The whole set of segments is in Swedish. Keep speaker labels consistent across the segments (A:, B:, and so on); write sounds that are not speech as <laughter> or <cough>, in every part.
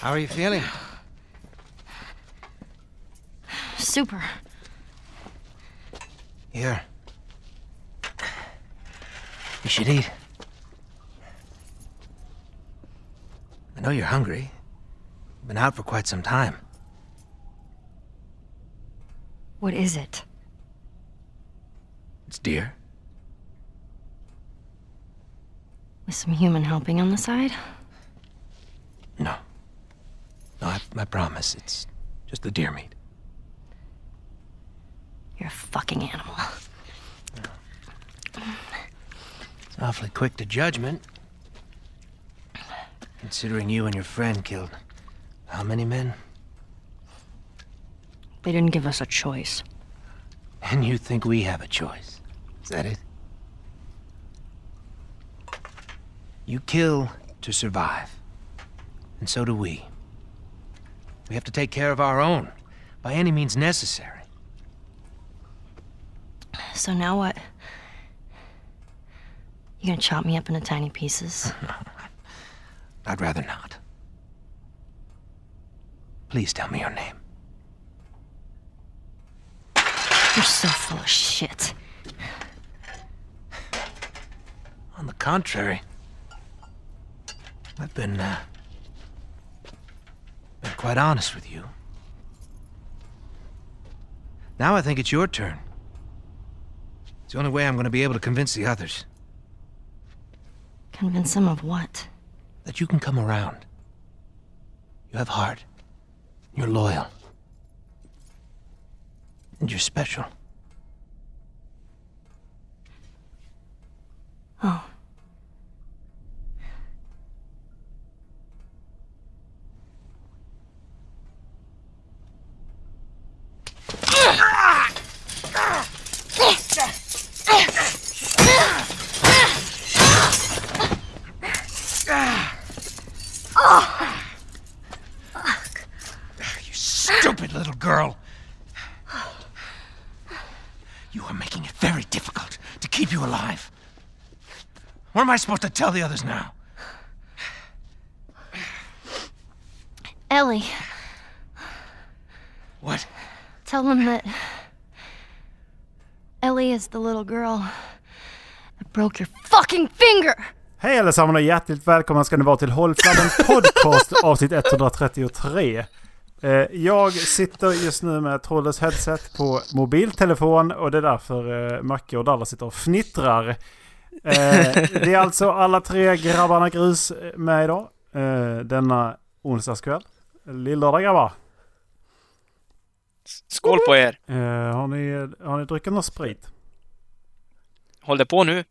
A: How are you feeling?
B: Super.
A: Here. You should eat. I know you're hungry. You've been out for quite some time.
B: What is it?
A: It's deer.
B: With some human helping on the side?
A: No. No, I, I promise. It's just the deer meat.
B: You're a fucking animal.
A: It's awfully quick to judgment. Considering you and your friend killed how many men?
B: They didn't give us a choice.
A: And you think we have a choice. Is that it? You kill to survive. And so do we. We have to take care of our own, by any means necessary. <laughs>
B: So now what? You gonna chop me up into tiny pieces?
A: I'd rather not. Please tell me your name.
B: You're so full of shit.
A: On the contrary, I've been, uh, been quite honest with you. Now I think it's your turn. It's the only way I'm going to be able to convince the others
B: Convince them of what?
A: that you can come around. You have heart. You're loyal. And you're special.
B: Oh.
A: You stupid little girl. You are making it very difficult to keep you alive. What am I supposed to tell the others now?
B: Ellie,
A: What?
B: tell them that. Ellie is the little girl that broke your fucking finger!
C: Hej allesammans och hjärtligt välkomna ska ni vara till Håll Flabben Podcast
D: <laughs>
C: avsnitt 133. Eh, Jag sitter just nu med ett trådlöst headset på mobiltelefon och det är därför eh, Macke och Dalla sitter och fnittrar. Eh, Det är alltså alla tre grabbarna Grus med idag. eh, Denna onsdagskväll. Lillördag grabbar.
E: Skål på er!
C: Eh, Har ni, har ni druckit någon sprit?
E: Håll det på nu!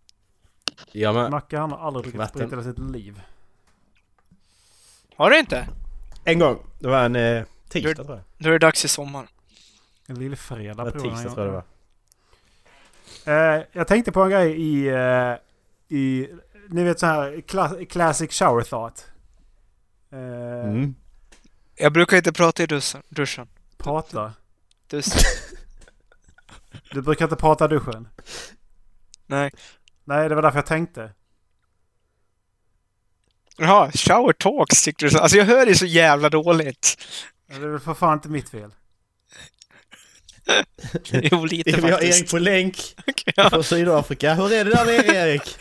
D: Ja men,
C: Macke han har aldrig druckit
D: Vatten.
C: sprit i hela sitt liv.
E: Har du inte?
D: en gång. Det var en eh, tisdag
E: Du-
D: tror jag.
E: Då är det dags i sommar.
C: En lillfredag
D: Det var
C: provade han
D: tisdag
C: ju.
D: tror jag det var.
C: Eh, jag tänkte på en grej i... eh, i ni vet så här kla- classic shower thought. Eh,
D: Mm.
E: Jag brukar inte prata i duschen. duschen.
C: Prata.
D: <laughs>
E: duschen.
C: Du brukar inte prata i duschen?
E: Nej.
C: Nej, det var därför jag tänkte.
E: Jaha, shower talks tyckte du så. Alltså jag hör dig så jävla dåligt.
C: Det är väl för fan inte mitt fel.
F: <laughs>
E: Jo,
D: <laughs>
E: lite
D: Vi har
E: faktiskt.
D: Erik på <laughs> länk
E: Ja.
D: från Sydafrika. Hur är det där nere Erik?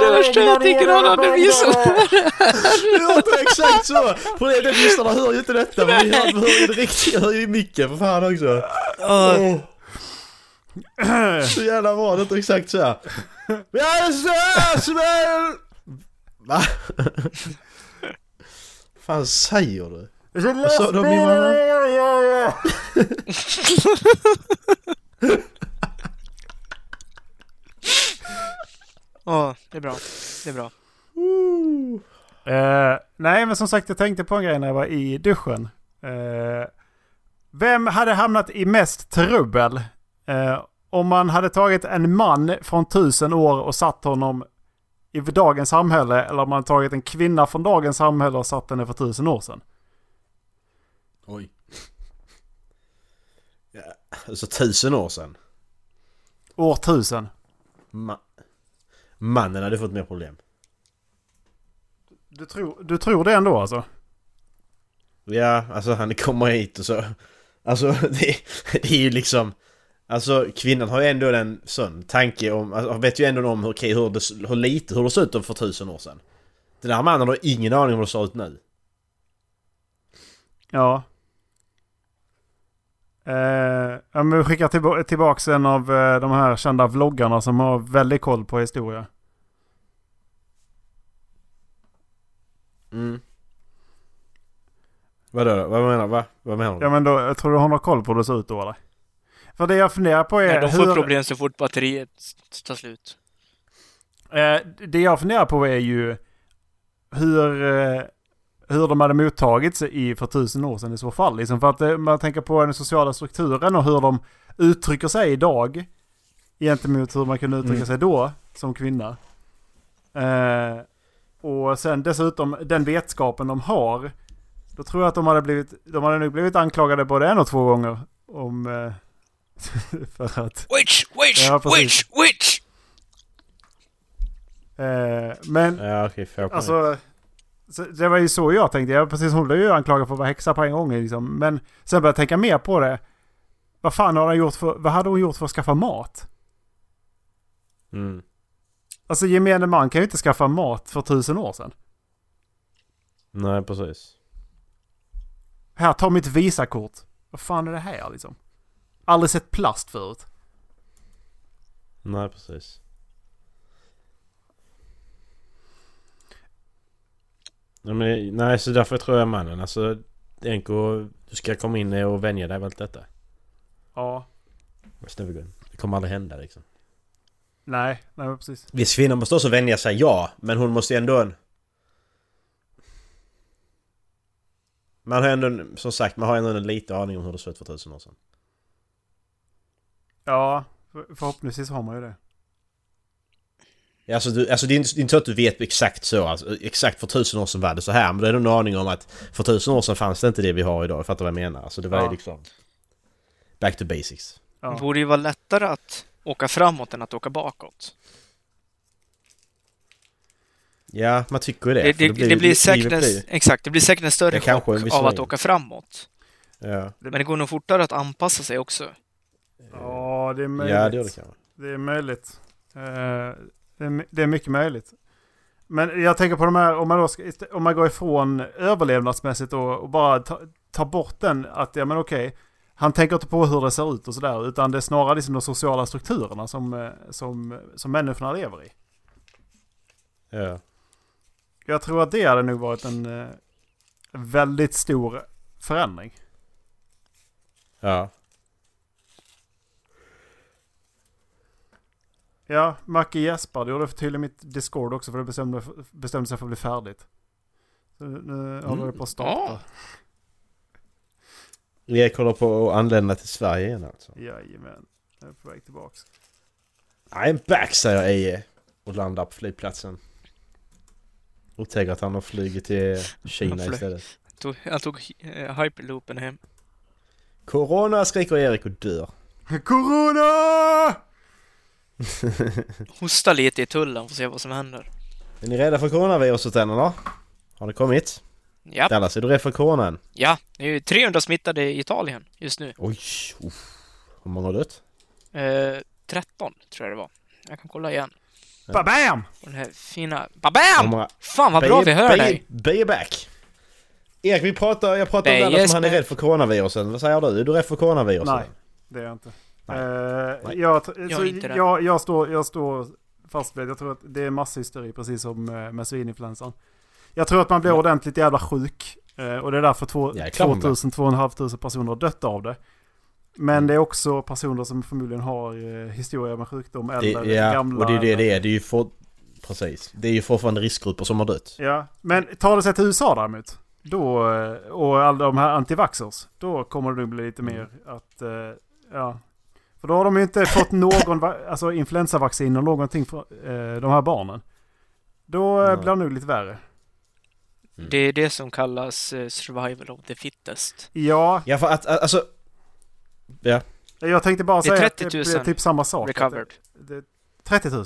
E: det värsta jag tycker han hade visat.
D: <laughs> Det låter exakt så! Problemet är att lyssnarna hör ju inte detta men vi hör, hör ju det riktiga, hör ju micken för fan också. Åh. Så jävla bra, det låter exakt så här. Vi hade så här smäll! Va? fan säger du? Så, då blir man...
E: Ja, det är bra. Det är bra.
C: Eh, nej, men som sagt, jag tänkte på en grej när jag var i duschen. Eh, vem hade hamnat i mest trubbel eh, om man hade tagit en man från tusen år och satt honom i dagens samhälle eller om man tagit en kvinna från dagens samhälle och satt henne för tusen år sedan?
D: Oj. Ja, alltså tusen år sedan.
C: År 1000.
D: Ma- Mannen hade fått mer problem.
C: Du tror, du tror det ändå alltså?
D: Ja, alltså han kommer hit och så... Alltså <laughs> det, det är ju liksom... Alltså kvinnan har ju ändå en sån tanke om... Alltså, hon vet ju ändå om hur, okej, hur, det, hur lite, hur det såg ut för tusen år sedan. Den här mannen har ingen aning om hur det ser ut nu.
C: Ja. Eh, ja, men vi skickar tillba- tillbaks en av eh, de här kända vloggarna som har väldigt koll på historia.
D: Mm. Vadå då? Vad menar du? Va? Vad menar du?
C: Ja men då, jag tror du har någon koll på hur det ser ut då eller? För det jag funderar på är
F: Nej, de får
C: hur...
F: problem så fort batteriet s- tar slut.
C: Eh, det jag funderar på är ju hur, eh, hur de hade mottagits i för tusen år sedan i så fall. Liksom för att eh, man tänker på den sociala strukturen och hur de uttrycker sig idag gentemot hur man kunde uttrycka
D: Mm.
C: sig då som kvinna. Eh, och sen dessutom den vetskapen de har. Då tror jag att de hade, blivit, de hade nog blivit anklagade både en och två gånger om... Eh, <laughs> för att...
F: Witch, witch,
C: Ja, precis.
F: witch, witch!
C: Eh, men
D: Ja okej, fair point.
C: Alltså, så det var ju så jag tänkte. Jag precis, hon blev ju anklagad för att vara häxa på en gång. Liksom. Men sen började jag tänka mer på det. Vad fan har hon gjort för, vad hade hon gjort för att skaffa mat?
D: Mm.
C: Alltså gemene man kan ju inte skaffa mat för tusen år sedan.
D: Nej precis.
C: Här, ta mitt visakort. Vad fan är det här liksom? Aldrig sett plast förut.
D: Nej precis. Nej, men, nej så därför tror jag mannen alltså... Enko, du ska komma in och vänja dig vid allt detta.
C: Ja.
D: It's never good. Det kommer aldrig hända liksom.
C: Nej, nej men precis.
D: Visst, kvinnan måste också vänja sig, ja. Men hon måste ju ändå... En... Man har ändå, en- som sagt, man har ändå en liten aning om hur det såg ut för tusen år sedan.
C: Ja, för- förhoppningsvis har man ju det.
D: Ja, Alltså, du, alltså det, är inte, det är inte så att du vet exakt så. Alltså, exakt för tusen år sedan var det så här. Men det är nog en aning om att för tusen år sedan fanns det inte det vi har idag. Fattar du vad jag menar? Alltså det var
C: Ja.
D: ju liksom... Back to basics.
C: Ja.
F: Det borde ju vara lättare att åka framåt än att åka bakåt.
D: Ja, man tycker ju det.
F: Det,
D: för
F: det, det blir
D: livet
F: säkert en,
D: blir-
F: exakt, det blir säkert en
D: Det
F: större chock
D: kanske är en viss
F: av att
D: sväng.
F: åka framåt.
D: Ja,
F: Men det går nog fortare att anpassa sig också.
C: Ja, det är möjligt.
D: ja det gör det kanske.
C: Det är möjligt. Eh, det, är, my- det är mycket möjligt. Men jag tänker på de här, om man, då ska, ist- om man går ifrån överlevnadsmässigt och, och bara ta, ta bort den att, ja men okej, han tänker inte på hur det ser ut och sådär, utan det är snarare liksom de sociala strukturerna som, eh, som, som människorna lever i.
D: Ja.
C: Jag tror att det hade nog varit en eh, väldigt stor förändring.
D: Ja.
C: Ja, Macke Jesper, det gjorde för tydligen mitt Discord också för det bestämde, bestämde sig för att bli färdigt. Så nu håller det på att starta.
F: Ja.
D: Erik håller på att anlända till Sverige igen alltså.
C: Jajamän, jag är på väg tillbaks.
D: I'm back säger Eje. Och landar på flygplatsen. Otäckt att han har flugit till Kina
F: flög.
D: istället.
F: Jag tog, jag tog eh, hyperloopen hem.
D: Corona skriker Erik och dör.
C: <laughs> Corona!
F: Hosta lite i tullen, får se vad som händer.
D: Är ni rädda för coronaviruset än eller? Har det kommit?
F: Ja,
D: Dallas, är du rädd för coronan?
F: ja, det är ju 300 smittade i Italien just nu.
D: Oj, uff. Hur många har dött?
F: Eh, 13 tror jag det var. Jag kan kolla igen.
C: Babam!
F: Och den här fina...
D: Hur
F: Babam!
D: många-
F: Fan vad bra vi hör dig!
D: Be back! Erik, vi pratar, jag pratar
F: Bay
D: om Dallas
F: is
D: om han är
F: back.
D: rädd för coronaviruset. Vad säger du? Är du rädd för coronaviruset?
C: Nej, det är jag inte.
D: Nej.
C: Eh,
D: Nej.
C: Jag, tr-
F: Jag är
C: så
F: inte det.
C: jag, jag, står, jag står fast vid, jag tror att det är masshysteri precis som eh, med svininfluensan. Jag tror att man blir ordentligt jävla sjuk eh, och det är därför två-
D: Ja, det är klart man blir.
C: 2000 2500 personer har dött av det. Men
D: Mm.
C: det är också personer som förmodligen har eh, historia med sjukdom
D: Det,
C: eller
D: ja,
C: gamla.
D: och det är det
C: eller-
D: det är. Det är ju for... Precis. Det är ju fortfarande riskgrupper som har dött.
C: Ja, men tar det sig till USA däremot. Då, eh, och alla de här antivaxxers. Då kommer det nog bli lite mer
D: Mm.
C: att... eh, Ja. För då har de ju inte fått någon va- alltså influensavaccin och någonting för eh, de här barnen. Då eh,
D: Nej.
C: blir det nog lite värre.
D: Mm.
F: Det är det som kallas eh, survival of the fittest.
C: Ja,
D: Ja, för att, alltså... Ja,
C: Jag tänkte bara
F: Det är
C: säga att
F: 30
C: det
F: 000
C: blir typ samma sak.
F: Recovered.
C: Att Det, det, 30 000?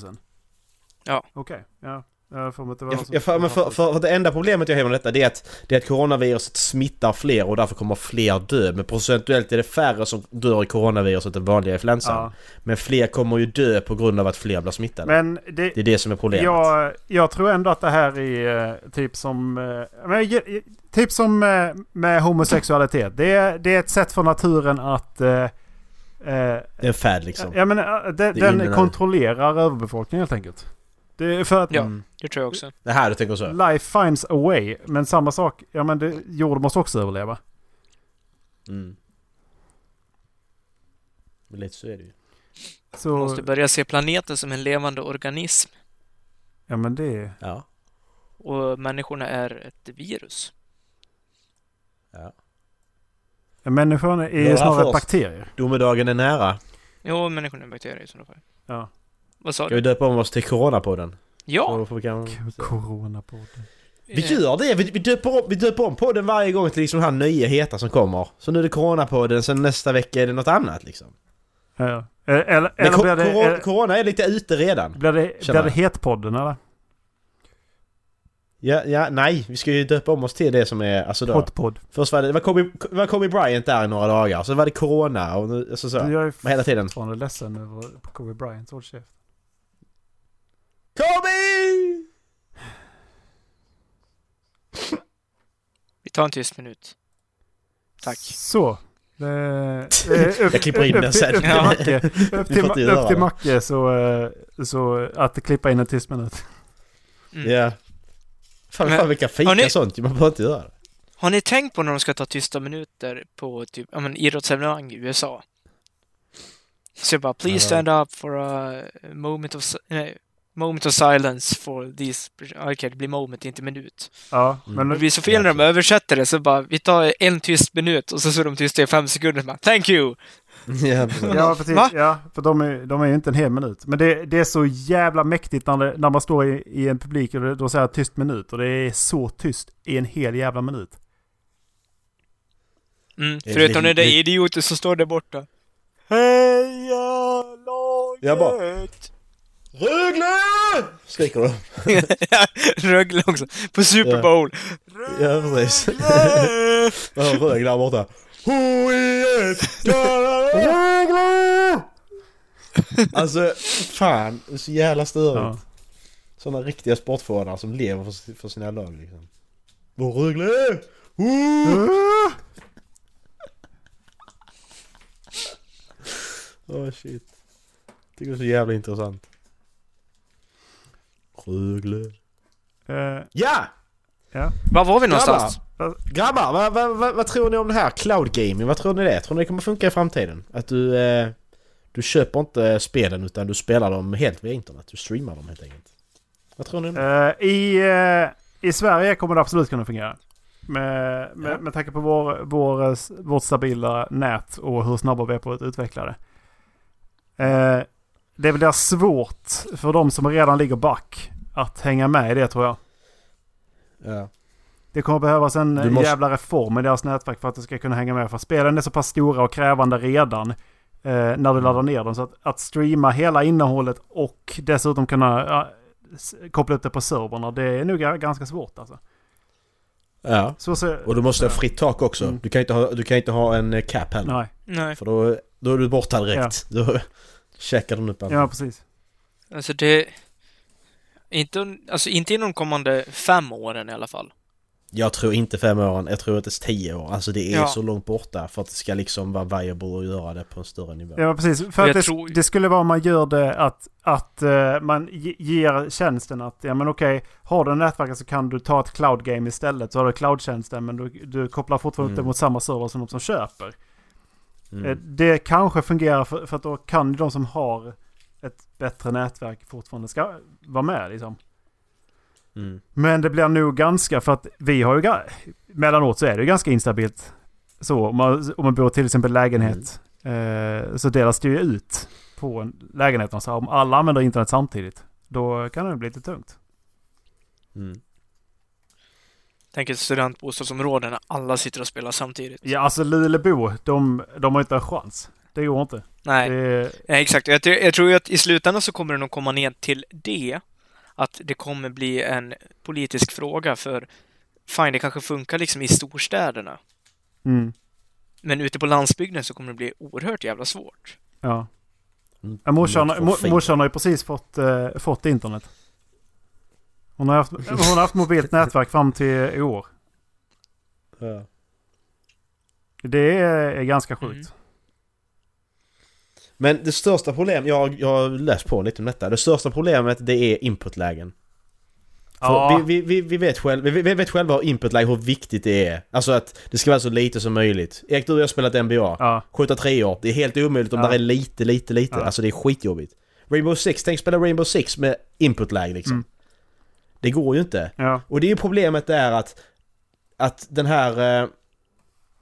F: Ja.
C: Okej, ja. Jag har för mig att det var
D: Jag,
C: någon som-
D: jag, för, men för, för, för det enda problemet jag har med detta det är, att, det är att coronaviruset smittar fler och därför kommer fler dö. Men procentuellt är det färre som dör i coronaviruset än vanliga influensan.
C: Ja.
D: Men fler kommer ju dö på grund av att fler blir smittade.
C: Men det,
D: det är det som är problemet.
C: Jag, jag tror ändå att det här är eh, typ som... eh, men ge- Typ som eh, med homosexualitet. Det är, det är ett sätt för naturen att... Eh, eh,
D: Det är en fad liksom.
C: ja, men, eh, de,
D: är
C: den
D: inne-
C: kontrollerar överbefolkningen helt enkelt. Det är för att
F: Ja,
D: Mm.
F: det tror jag också.
D: Det här du tänker så?
C: life finds a way. Men samma sak, ja men det, jorden måste också överleva.
D: Mm. Men lite så är det ju.
F: Man
C: Så,
F: måste börja se planeten som en levande organism
C: ja men det...
D: Ja.
F: och människorna är ett virus.
D: ja.
C: Människan är
D: Det är
C: ju
D: för
C: snarare
D: oss.
C: bakterier.
D: Domedagen är nära.
F: Jo, människorna är bakterier i sådana fall.
C: Ja.
F: Vad sa
D: Ska
F: du?
D: vi döpa om oss till Coronapodden?
F: Ja!
D: Mm.
F: eh,
D: Så får vi kan...
C: Coronapodden.
D: Vi gör det! Vi, vi, döper om, vi döper om podden varje gång till liksom de här nya heta som kommer. Så nu är det Coronapodden, sen nästa vecka är det något annat liksom.
C: Ja. Eller, eller,
D: Men
C: eller
D: ko-
C: blir det... eh.
D: corona,
C: eller-
D: corona är lite ute redan.
C: Blir det,
D: Tjena.
C: blir det Hetpodden eller?
D: Ja, ja, nej, vi ska ju döpa om oss till det som är, alltså då.
C: Hotpod.
D: Först var det, det var Kobe, det var Kobe Bryant där i några dagar, sen var det Corona och nu, alltså så.
C: Du,
D: Men
C: jag är
D: hela tiden.
C: fortfarande ledsen över Kobe Bryant. Håll käft.
D: Kobe!
F: Vi tar en tyst minut. Tack.
C: Så. Eh, eh, upp-
D: Jag klipper in
C: upp-
D: den sen.
C: Upp till
F: Ja.
C: Macke, upp
D: <laughs> Vi får
C: till,
D: inte
C: Ma-
D: göra
C: upp till
D: det.
C: Macke så, eh, så att klippa in en tyst minut.
D: Ja.
F: Mm.
D: Fan,
F: Men-
D: fan vilka fika
F: har ni-
D: sånt, man behöver inte göra det.
F: Har ni tänkt på när de ska ta tysta minuter på typ, ja men idrottsevenemang i USA? Så jag bara, please stand up for a moment of, si- nej, moment of silence for these, okej det blir moment, inte minut.
C: Ja,
D: Mm.
C: men
F: Men det blir så fel när de översätter det, så bara, vi tar en tyst minut och så är de tysta i fem sekunder, och bara, thank you!
D: Ja, precis.
C: Ja, precis.
F: Mm. Va?
C: Ja, för de är, de är ju inte en hel minut. Men det, det är så jävla mäktigt när, det, när man står i, i en publik och det- då säger jag tyst minut. Och det är så tyst i en hel jävla minut.
F: Mm,
D: är
F: förutom den
D: lite-
F: där idioten som står där borta. Heja laget! <laughs>
D: Jag bara- Rögle! Skriker de.
F: Rögle också, på Super Bowl.
D: Ja, precis. Man hör Rögle där borta. HIF! Rögle! Alltså, fan. Det är så jävla störigt.
C: Ja.
D: Sådana riktiga sportförare som lever för, för sina lag liksom. Vår Rögle! Åh, oh, shit. Tycker det är så jävla intressant. Rögle.
C: Eh,
D: Ja!
F: Var var vi någonstans?
D: Grabbar, vad, vad, vad, vad tror ni om det här cloud gaming? Vad tror ni det? är? Tror ni det kommer funka i framtiden? Att du... Eh, du köper inte spelen utan du spelar dem helt via internet. Du streamar dem helt enkelt. Vad tror ni om det?
C: Eh, I, eh, I Sverige kommer det absolut kunna fungera. Med, med,
D: Ja.
C: med tanke på vår, vår, eh, s- vårt stabila nät och hur snabba vi är på att utveckla det. Eh, det blir svårt för de som redan ligger back att hänga med i det tror jag. Eh.
D: Ja.
C: Det kommer behövas en eh,
D: Du måste-
C: jävla reform i deras nätverk för att det ska kunna hänga med. För spelen är så pass stora och krävande redan eh, när du
D: Mm.
C: laddar ner dem. Så att, att streama hela innehållet och dessutom kunna ja, s- koppla upp det på servrarna, det är nog ga- ganska svårt alltså.
D: ja.
C: Så ser...
D: Och du måste ha fritt tak också.
C: Mm.
D: Du, kan inte ha, du kan inte ha en eh, cap heller.
C: Nej,
F: Nej,
D: För då, då är du borta direkt. Då <laughs> checkar de upp allt.
C: ja precis.
F: alltså det... Inte, un- alltså inte inom de kommande fem åren i alla fall.
D: Jag tror inte fem åren, jag tror inte ens tio år. Alltså det är
F: Ja.
D: så långt borta för att det ska liksom vara viable att göra det på en större nivå.
C: Ja, precis. För att
F: Jag
C: det,
F: tror-
C: det skulle vara om man gör det att, att eh, man ge- ger tjänsten att ja men okej, har du nätverket så kan du ta ett cloud game istället. Så har du cloud-tjänsten men du, du kopplar fortfarande upp det
D: Mm.
C: mot samma server som de som köper. Eh,
D: Mm.
C: Det kanske fungerar för, för att då kan de som har ett bättre nätverk fortfarande ska vara med liksom.
D: Mm.
C: Men det blir nog ganska för att vi har ju... ga- Mellanåt så är det ju ganska instabilt. Så om man, om man bor till exempel lägenhet. Eh, så delas det ju ut på en lägenhet. Så om alla använder internet samtidigt. Då kan det bli lite tungt.
D: Mm.
F: Tänk ett studentbostadsområde när alla sitter och spelar samtidigt.
C: Ja alltså Lulebo, de, de har inte en chans. det går inte.
F: Nej.
C: Det är,
F: Nej, exakt. Jag, tror- jag tror ju att i slutändan så kommer det nog komma ner till det. Att det kommer bli en politisk fråga för fine, det kanske funkar liksom i storstäderna.
C: mm,
F: Men ute på landsbygden så kommer det bli oerhört jävla svårt.
C: ja. Ja, Morsan,
D: Något Mm. för
C: mor-
D: fint.
C: morsan har ju precis fått, eh, fått internet. Hon har, haft, hon har haft mobilt nätverk fram till i år.
D: Ja.
C: Det är, är ganska sjukt.
F: Mm.
D: Men det största problemet, jag, jag har läst på lite om detta, det största problemet det är inputlägen.
C: Ja.
D: Ja. Vi, vi, vi, vi, vet själv, vi, vi vet själva hur inputläge, hur viktigt det är. Alltså att det ska vara så lite som möjligt. Erik, du och jag har spelat NBA.
C: Ja,
D: Skjuta treor, det är helt omöjligt om
C: Ja.
D: det är lite, lite, lite.
C: Ja.
D: Alltså det är skitjobbigt. Rainbow Six, tänk spela Rainbow Six med inputläge liksom.
C: Mm.
D: Det går ju inte.
C: ja.
D: Och det är ju problemet det är att, att den här... Eh,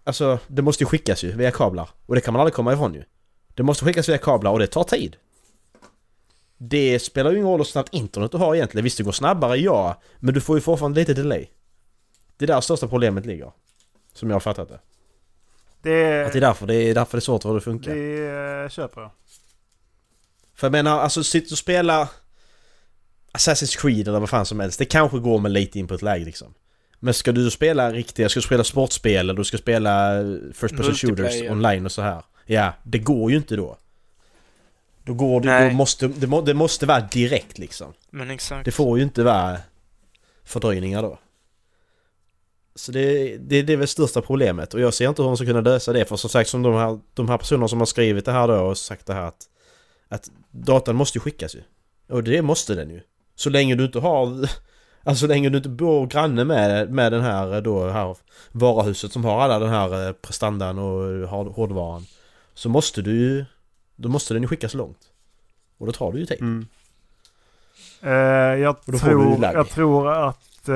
D: alltså, det måste ju skickas ju via kablar. Och det kan man aldrig komma ifrån ju. Det måste skickas via kablar och det tar tid. Det spelar ju ingen roll hur snabbt internet du har egentligen. Visst, det går snabbare, ja. Men du får ju fortfarande lite delay. Det är där största problemet ligger. Som jag har fattat det.
C: Det,
D: Att det är därför det är, därför det är svårt att få det att funka.
C: det eh, köper jag.
D: För jag menar, alltså sitta och spela Assassin's Creed eller vad fan som helst, det kanske går med lite input-läge liksom. Men ska du spela riktiga, ska du spela sportspel eller du ska spela eh, First Person Shooters
F: Multiplayer.
D: online och så här. Ja, det går ju inte då. Då går det,
F: Nej.
D: då måste, det, må, det måste vara direkt liksom.
F: Men exakt.
D: Det får ju inte vara fördröjningar då. Så det, det, det är väl största problemet och jag ser inte hur de ska kunna lösa det för som sagt som de här, de här personerna som har skrivit det här då och sagt det här att, att datan måste ju skickas ju. Och det måste den ju. Så länge du inte har, <laughs> alltså så länge du inte bor granne med, med den här då, här varuhuset som har alla den här eh, prestandan och har- hårdvaran. Så måste du ju, då måste den ju skickas långt. Och då tar det ju tid.
C: Mm. Eh, jag,
D: Och då får du
C: tror,
D: lagg.
C: jag tror att eh,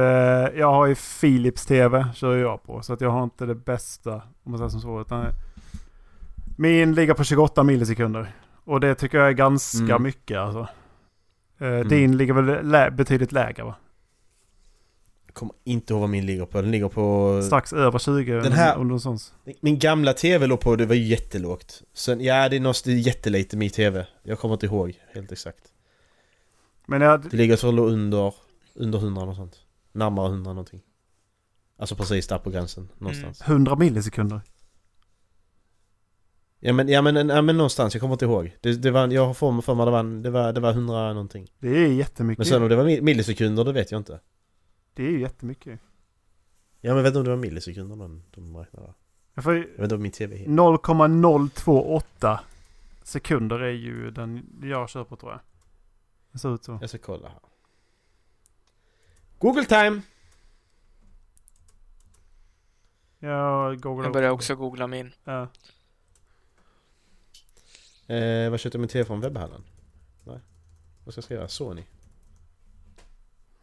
C: jag har ju Philips TV kör jag på. Så att jag har inte det bästa om man säger som så. Utan min ligger på 28 millisekunder. Och det tycker jag är ganska
D: Mm.
C: mycket alltså. Eh, Din ligger väl lä- betydligt lägre va?
D: Jag kommer inte ihåg vad min ligger på, den ligger på...
C: Strax över 20.
D: Eh. Den här-
C: Om något sånt.
D: Min gamla TV låg på, det var ju jättelågt. Sen, ja det är något, det är jättelite min TV. Jag kommer inte ihåg helt exakt.
C: Men jag,
D: Det ligger så låg under, under 100 och sånt. Närmare 100 någonting. Alltså precis där på gränsen, någonstans.
C: 100 millisekunder.
D: Ja, men, ja, men, ja men någonstans, jag kommer inte ihåg. Det, det var, jag har för mig- för mig det var, en- det var, det var 100 någonting.
C: Det är jättemycket.
D: Men sen om det var mi- millisekunder, det vet jag inte.
C: Det är ju jättemycket.
D: Ja men jag vet inte om det var millisekunder de, de räknade.
C: Jag får, ju-
D: Jag vet inte om min TV
C: Mm.
D: är
C: 0,028 sekunder är ju den jag kör på tror jag. Det ser ut så.
D: Jag ska kolla här. Google time!
C: Jag googlar
F: Jag börjar också googla min.
C: Ja.
D: Eh, vad köpte jag min TV från webbhallen? Nej. Vad ska jag skriva? Sony?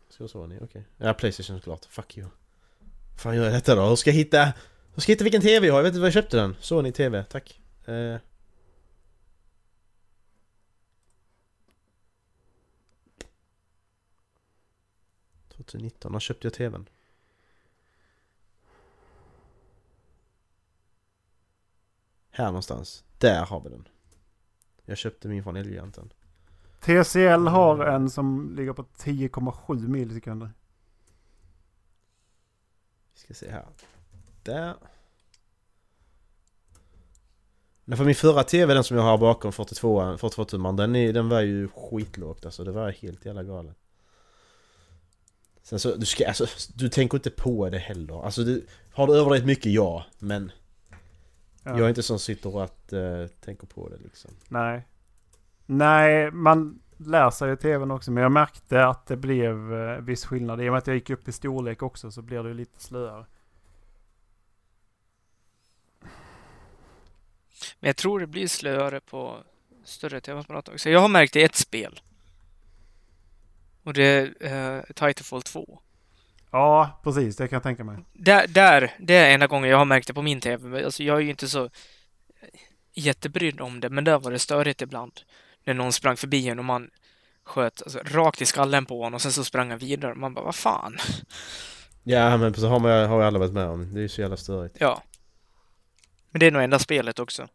D: Ska jag Sony? Okej. Ja, Playstation såklart. Fuck you. fan gör jag detta då? Hur ska jag hitta... Hur ska jag hitta vilken TV jag har? Jag vet inte var jag köpte den. Sony TV, tack. Eh. ...2019, när köpte jag TVn? Här någonstans. Där har vi den. Jag köpte min från Elgiganten.
C: TCL har en som ligger på 10,7 millisekunder.
D: Vi ska se här. Där. Nej, för min förra TV, den som jag har bakom 42 42-tummaren, den, är- den var ju skitlågt alltså. Det var helt jävla galet. Sen så, du ska, alltså, du tänker inte på det heller. Alltså, du, har du överdrivit mycket, ja. Men
C: Ja.
D: jag är inte sån som sitter och att, eh, tänker på det liksom.
C: Nej. Nej, man lär sig ju tvn också. Men jag märkte att det blev eh, viss skillnad. I och med att jag gick upp i storlek också så blev det ju lite slöare.
F: Men jag tror det blir slöare på större tv-apparat också. Jag har märkt det i ett spel. Och det är eh, Titanfall 2.
C: Ja, precis. Det kan jag tänka mig.
F: Där, där, det är enda gången jag har märkt det på min TV. Men Alltså, jag är ju inte så jättebrydd om det, men där var det störigt ibland. När någon sprang förbi en och man sköt alltså, rakt i skallen på honom och sen så sprang han vidare. Man bara, vad fan?
D: Ja, men så har, man, har jag alla varit med om. Det är ju så jävla störigt.
F: Ja. Men det är nog enda spelet också.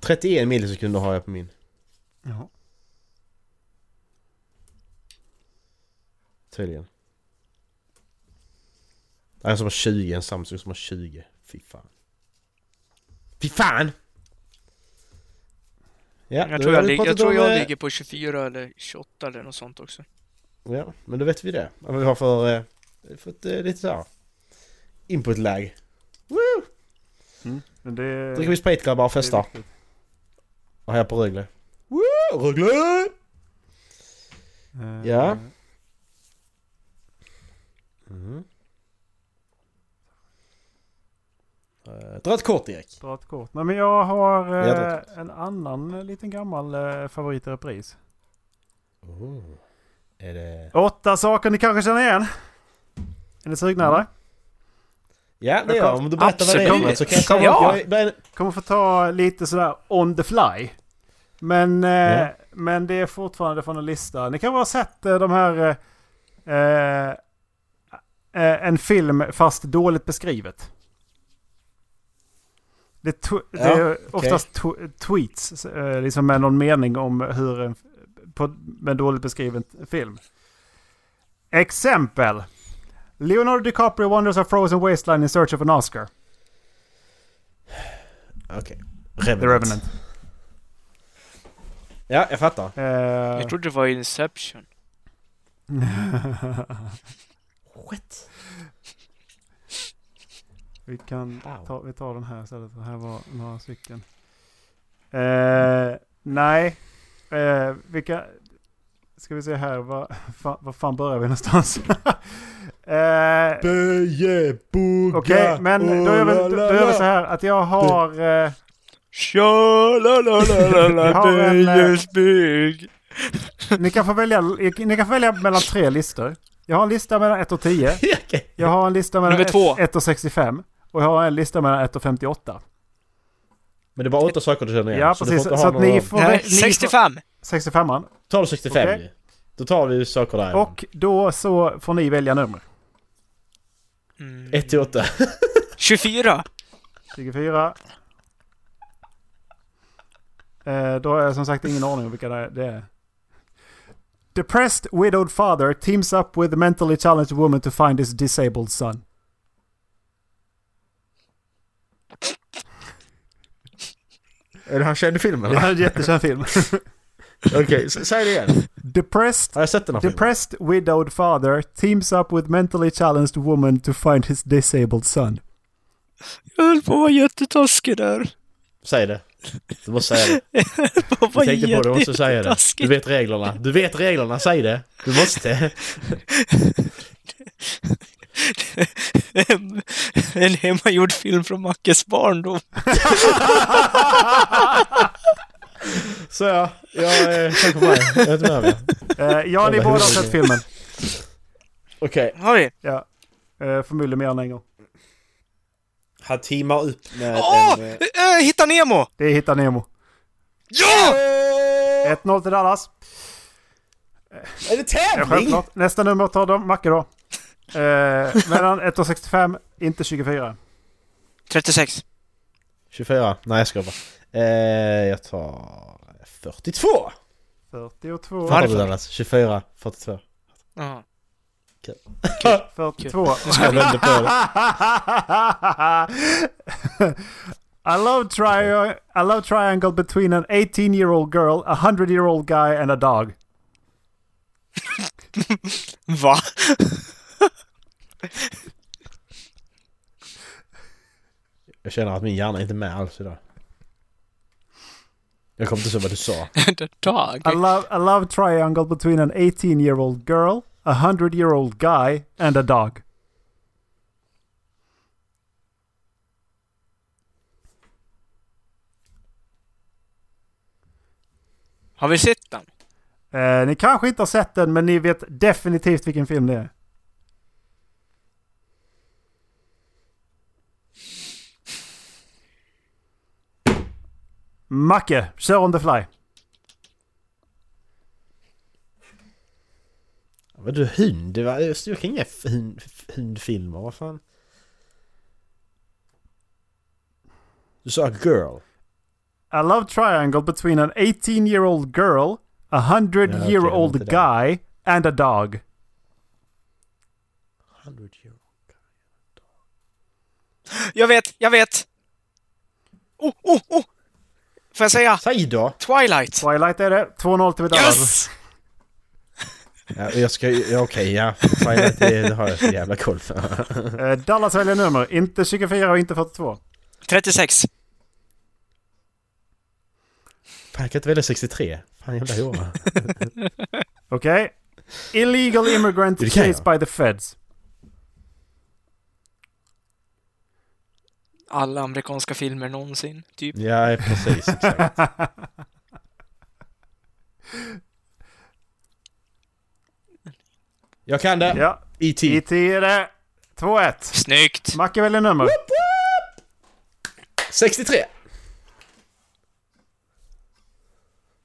D: 31 millisekunder har jag på min.
C: Ja.
D: Tydligen. Det är en som har 20, en Samsung som har 20. Fy fan. Fy fan! Ja,
F: Jag
D: då
F: tror
D: har
F: jag,
D: vi
F: lig- jag,
D: pratat
F: tror
D: om,
F: jag
D: eh,
F: ligger på 24 eller 28 eller något sånt också.
D: Ja, men då vet vi det. Vad vi har för... eh, för ett, eh, lite såhär... Input-lag.
C: Mm. Men det...
D: Dricker vi sprit grabbar och
C: det är
D: festar.
C: viktigt.
D: Och här på Rögle. Woo! Rögle!
C: Eh,
D: Ja. Mhm. Eh, Dra ett kort Erik.
C: Dra ett kort. Nej men jag har eh,
D: Jag drar ett
C: en annan eh, liten gammal eh, favorit i repris.
D: Är det...
C: Åtta saker ni kanske känner igen. Är ni sugna eller?
D: Ja, det är jag. Om du berättar vad det är
F: Absolut.
D: innan så kan jag
F: Kom,
D: säga...
F: ja.
D: Jag, nej,
C: Kommer få ta lite sådär on the fly. Men, eh,
D: Ja.
C: men det är fortfarande från en lista. Ni kan ha sett eh, de här... Eh, eh, eh, en film fast dåligt beskrivet. Det, tw- det är oftast tw- tweets eh, liksom med någon mening om hur en, på, med en dåligt beskriven film. Exempel. Leonardo DiCaprio wanders a frozen wasteland in search of an Oscar.
D: Okej.
C: The Revenant.
D: Ja, jag fattar.
C: Eh,
F: Jag trodde det var Inception.
D: What?
C: Vi kan
D: Wow.
C: ta, vi tar den här istället. för här var några stycken. Eh, nej, eh, vilka... Ska vi se här, vad fan, vad fan börjar vi någonstans? <laughs> eh,
D: Böje, boga,
C: Okej, men då gör, vi, då, då gör vi så här att jag har... Eh, Vi
F: Tja-la-la-la-la,
C: har en, eh,
F: Böjesbygd!
C: ni, kan få välja, ni kan få välja mellan tre listor. Jag har en lista mellan 1 och 10.
D: <laughs> Okej.
C: Jag har en lista mellan
F: Nummer två.
C: 1 och 65. Och jag har en lista mellan 1 och 58.
D: Men det är bara åtta saker du känner igen.
C: Ja,
D: så du
C: precis.
D: får inte
C: Så
D: ha
C: att ni
D: någon-
C: får...
F: Nej,
C: ni får-
F: 65!
C: 65an.
D: Tar du 65
C: Okej.
D: ju. Då tar vi saker där.
C: Och då så får ni välja nummer.
F: Mm.
D: 1 till 8.
F: 24!
C: 24. Eh, då har jag som sagt ingen aning om vilka det är- det är. Depressed widowed father teams up with a mentally challenged woman to find his disabled son.
D: Är det han känd i filmen?
C: Det här är en jättekänd
D: <laughs>
C: film.
D: Okej, s- säg det igen.
C: Depressed,
D: Har jag sett den här filmen?
C: depressed widowed father teams up with mentally challenged woman to find his disabled son.
F: Jag höll på att vara jättetaskig där.
D: Säg det. Du måste säga det.
C: <laughs>
F: Jag
D: Du
F: var
D: tänkte på det, du måste
F: jätte-
D: säga det.
F: jättetaskig.
D: Du vet reglerna. Du vet reglerna, säg det. Du måste.
F: en, en hemmagjord film från Mackes barndom.
D: Så ja, jag... eh, Tack för mig. Jag är inte med mer.
C: Eh, ja, ni båda har sett filmen.
D: Okej.
F: Har vi?
C: Ja. Eh, förmodligen mer än en gång.
D: Han teamar upp med
F: Åh!
D: en... eh,
F: Eh, Hitta Nemo!
C: Det är Hitta Nemo.
F: Ja!
C: 1-0 till Dallas.
D: Är det
C: Ja,
D: tävling?
C: självklart. Nästa nummer tar de, Macke då. Eh, mellan 1 och 65, inte 24.
F: 36.
D: 24. Nej, jag skojar bara. Eh, jag tar... 42!
C: 42.
D: Fattar du Dallas? 24, 42.
F: Jaha.
C: 42.
D: Jag vände på det.
C: <laughs> I love, tri- I love triangle between an 18 year old girl, a 100 year old guy and a dog.
F: <laughs> Va?
D: Jag känner att min hjärna inte är med alls idag. Jag kommer inte ihåg vad du sa.
F: The dog?
C: I love, I love triangle between an 18 year old girl, a 100 year old guy and a dog.
F: Har vi sett den?
C: Eh, ni kanske inte har sett den men ni vet definitivt vilken film det är. Macke, kör on the fly.
D: Men du, hund? va? Jag kan inga f- hund, f- hundfilmer, vad fan? Du sa girl.
C: A a love triangle between an 18 year old girl, a 100
D: Ja, okej,
C: year
D: det var
C: old
D: inte den.
C: guy, and a dog.
D: 100 euro.
F: Jag vet, jag vet! Oh, oh, oh! Får jag säga?
D: Säg då!
F: Twilight!
C: Twilight är det. 2-0 till Vidar.
F: Yes!
D: Ja, jag ska ja, okej ja. Twilight, det, det har jag så jävla koll på.
C: Eh, Dallas väljer nummer. Inte 24 och inte 42.
F: 36.
D: Fan jag kan inte välja 63. Fan jävla hora.
C: Okej. Illegal immigrant
D: Det kan jag.
C: chased by the feds.
F: Alla amerikanska filmer någonsin,
C: Mm.
F: typ.
D: <laughs> Ja precis. Exakt. Jag kan det. E
C: ja.
F: E
D: E.T.
C: IT är det. 2-1.
F: Snyggt!
C: Macke väljer nummer.
D: 63!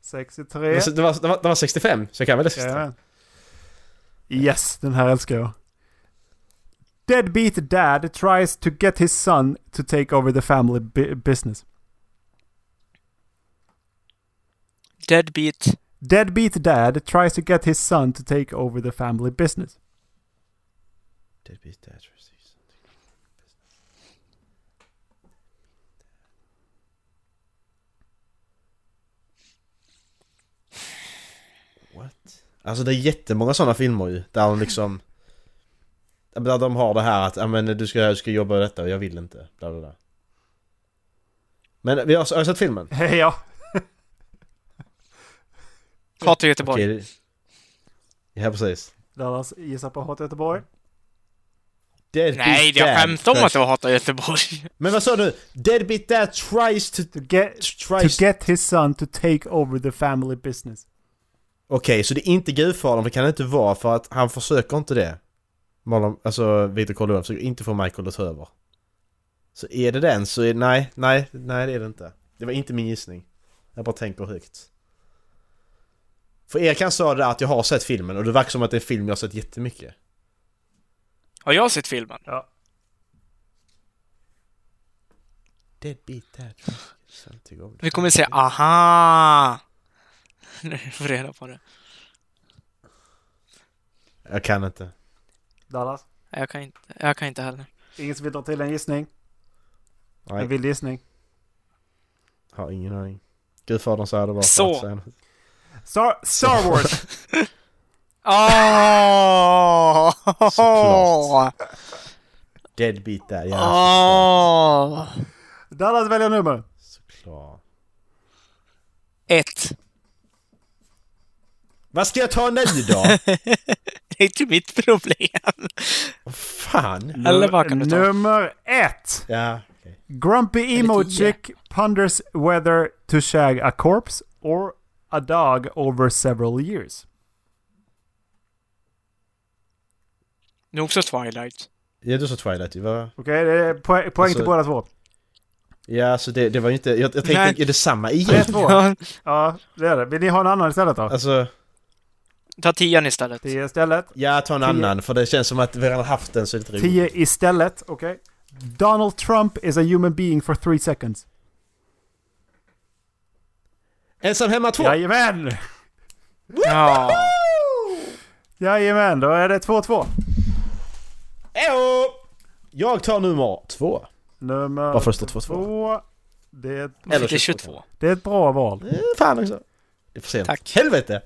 C: 63.
D: Det var, det, var, det, var, det var 65, så jag kan välja 63.
C: Jajamän. Yes, den här älskar jag. Deadbeat dad tries to get his son to take over the family bu- business.
F: Deadbeat.
C: Deadbeat dad tries to get his son to take over the family business. <laughs>
D: Deadbeat Dad receives something. What? Alltså det är jättemånga sådana filmer ju, där de liksom... Där de har det här att ja men du ska, du ska jobba med detta och jag vill inte. Bla, bla, bla. Men vi har, har jag sett filmen?
C: Hej ja.
F: Hatar Göteborg.
D: Okej. Ja precis.
C: Dallas gissar på Hat Göteborg.
D: Deadbeat
F: Nej, jag
D: Dad
F: skämtade om
D: tries-
F: att det var Hata Göteborg. <laughs>
D: Men vad sa du? Deadbeat Dad tries to...
C: To get, to
D: Tries
C: get his son to take over the family business.
D: Okej, så det är inte gudfadern, för det kan det inte vara för att han försöker inte det. Marlon, alltså Victor Corleone försöker inte få Michael att ta över. Så är det den så är nej, nej, nej det är det inte. Det var inte min gissning. Jag bara tänker högt. För Erkan sa det där att jag har sett filmen och det verkar som att det är en film jag har sett jättemycket.
F: Har jag sett filmen?
C: Ja.
D: Deadbeat Dad. Sen tog om det.
F: Vi kommer säga aha! Nu får jag reda på det.
D: Jag kan inte.
C: Dallas,
F: Jag kan inte, jag kan inte heller.
C: ingen som vill dra till en gissning? En
D: Nej,
C: vild gissning.
D: har ingen aning. Gudfadern sa det bara. för
F: Så.
D: att säga något.
C: Star, Star Wars!
D: <laughs>
F: Åh!
D: Såklart. Deadbeat Dad,
F: Ah.
D: ja.
F: Åh!
C: Dallas väljer nummer.
D: Såklart.
F: Ett.
D: Vad ska jag ta nu då?
C: <laughs>
F: Det är inte mitt problem.
D: Fan!
F: Eller vad kan du ta?
C: Nummer ett!
D: Ja, okej.
C: Grumpy emo
F: Eller tio.
C: chick ponders whether to shag a corpse or a dog over several years.
F: Det är också Twilight.
D: Ja, du sa Twilight ju, va?
C: Okej, det är poäng, poäng
D: Alltså-
C: till båda två.
D: Ja, så det, det var ju inte... Jag, jag tänkte,
F: Nej.
D: är det samma
C: Det är
D: igen?
C: två. Ja, det är det. Vill ni ha en annan istället då?
D: Alltså,
F: Ta tian istället.
C: Tio istället.
D: ja, ta en
C: Tio.
D: annan, för det känns som att vi redan haft den så det är lite roligt.
C: Tio istället, okej. Donald Trump is a human being for three seconds.
D: Ensam hemma två!
C: Jajamän!
F: Ja.
C: Jajamän, då är det 2-2.
D: Ejo! Jag tar nummer två.
C: Nummer
D: Varför står det 2-2?
C: två. Det är, ett-
D: Eller
F: Det är 22.
C: det är ett bra val.
D: Eh, Fan också. Det är för sent.
F: Tack.
D: Helvete!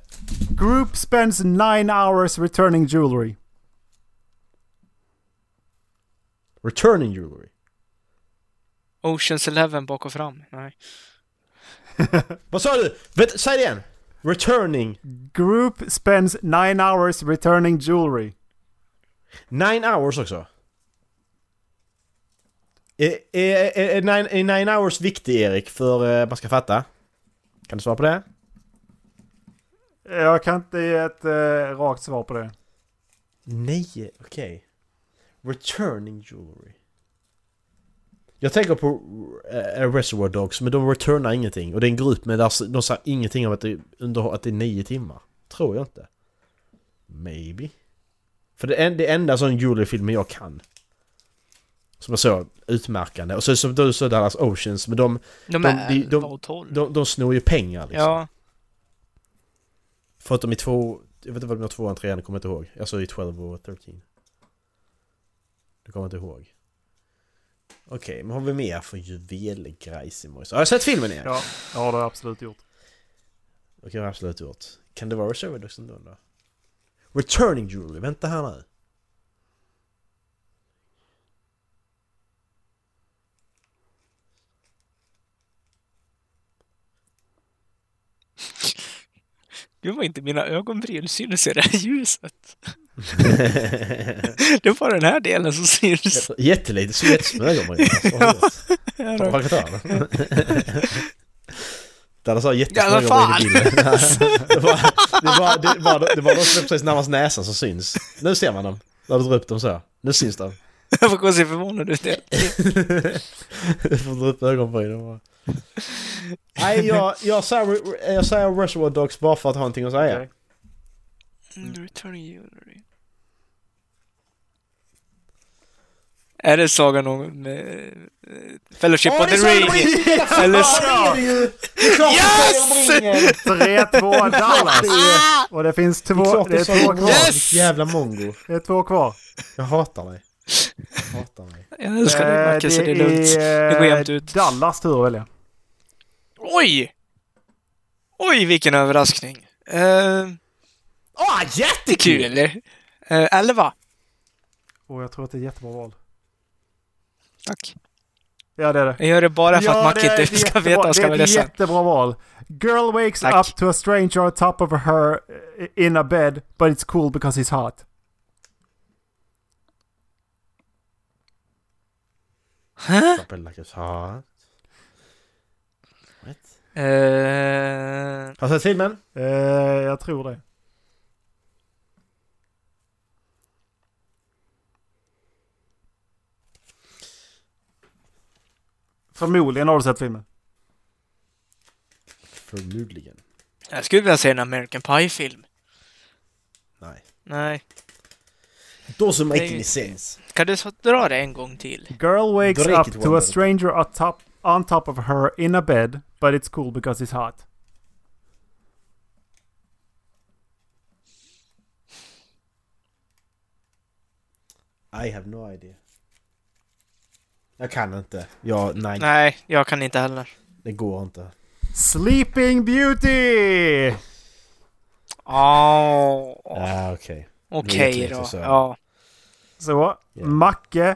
C: Group spends nine hours returning jewelry.
D: Returning jewelry.
F: Oceans Eleven bak och fram. Nej.
D: Vad sa du? Vet, säg det igen! Returning.
C: Group spends nine hours returning jewelry.
D: Nine hours också. Är, är, är, är, nine, är nine hours viktig, Erik, för eh, man ska fatta? Kan du svara på det?
C: Jag kan inte ge ett eh, rakt svar på det.
D: Nej, okej. Returning jewelry. Jag tänker på eh, Reservoir Dogs, men de returnar ingenting. Och det är en grupp, men där, de säger ingenting om att det, är under, att det är nio timmar. Tror jag inte. Maybe. För det är en- det är enda sån jewelry-filmen jag kan. Som är så utmärkande. Och så som du sa Dallas Oceans, men de,
F: De,
D: De-
F: är
D: de- de-
F: 11 och 12.
D: de, de snor ju pengar liksom.
F: ja,
D: Förutom i två... Jag vet inte vad de har tvåan, trean, jag kommer inte ihåg. Alltså i 12 och 13. Du kommer inte ihåg. Okej, men har vi mer för juvelgrejs i Mojsa? Har jag sett filmen igen?
C: Ja, ja, det har jag absolut gjort.
D: Okej, det har jag absolut gjort. Kan det vara Reservadox ändå då? Returning Jewelry, vänta här nu.
F: gud vad inte mina ögonbryn syns i det här
D: <laughs>
F: ljuset. Det är bara den här delen som syns.
D: Jättelite, så jättesmå ögonbryn. alltså.
F: <laughs>
D: Har du
F: Här
D: gjort? Har
F: då.
D: du rakat av <laughs> den? Dallas har jättesmå
F: Ja, vad
D: ögonbryn i
F: fan! <laughs>
D: bilden. Det var, det var, det var, det var de som är precis närmast näsan som syns. Nu ser man dem. När du drar upp dem så. Nu syns de. <laughs>
F: Varför går jag se förvånad ut?
D: Du får dra upp ögonbrynen bara. Nej, jag, jag, säger, jag säger Reservoir Dogs bara för att ha någonting att säga.
C: Okej.
F: Mm, Returning Jewelry. Är det Sagan om eh, Fellowship
D: Åh,
F: of
D: det
F: the
D: är Sagan
F: Ring?
D: om ringen!
F: Eller
D: Ja, det är det ju! Det är klart det är Sagan om
F: Yes!
D: ringen!
F: <laughs>
C: 3-2
D: Det
C: Dallas.
D: är-
C: Och det finns
D: det är
C: två,
D: klart
C: det är
D: Sagan
C: två
D: om
C: kvar.
D: ringen.
F: Yes!
D: Jävla mongo.
C: Det är två kvar.
D: Jag hatar dig. Jag hatar <laughs> dig.
F: Jag älskar dig
C: Eh,
F: Marcus, så det är lugnt. Det går jämnt ut.
C: Dallas tur att välja.
F: Oj! Oj, vilken överraskning. Eh,
D: Åh,
C: Ah,
D: jättekul!
F: kul! Eh, elva.
C: Och jag tror att det är jättebra val.
F: Tack.
C: Ja, det är det.
F: Jag gör det bara för
C: ja,
F: att Mac
C: det är-
F: inte
C: det är
F: ska
C: jättebra-
F: veta vad han ska
C: Det
F: vara
C: är ett
F: ledsen.
C: jättebra val. Girl wakes
F: Tack.
C: up to a stranger on top of her eh, in a bed, but it's cool because he's hot.
F: Eh,
D: Har du sett filmen?
C: Eh, jag tror det. Förmodligen har du sett filmen.
D: Förmodligen.
F: jag skulle vilja se en American Pie-film.
D: Nej.
F: Nej.
D: Doesn't make
F: Det är-
D: any sense.
F: Kan du så dra det en gång till?
C: Girl wakes
D: Dra
C: up
D: riktigt
C: to a
D: vanligt.
C: stranger on top, on top of her in a bed, but it's cool because he's hot.
D: I have no idea. Jag kan inte. Ja, nej.
F: Nej, jag kan inte heller.
D: Det går inte.
C: Sleeping Beauty!
F: Åh,
D: ah, okej.
F: Okej
D: vet vi
F: då.
D: inte så.
F: Ja.
C: Så,
D: Ja.
C: Macke,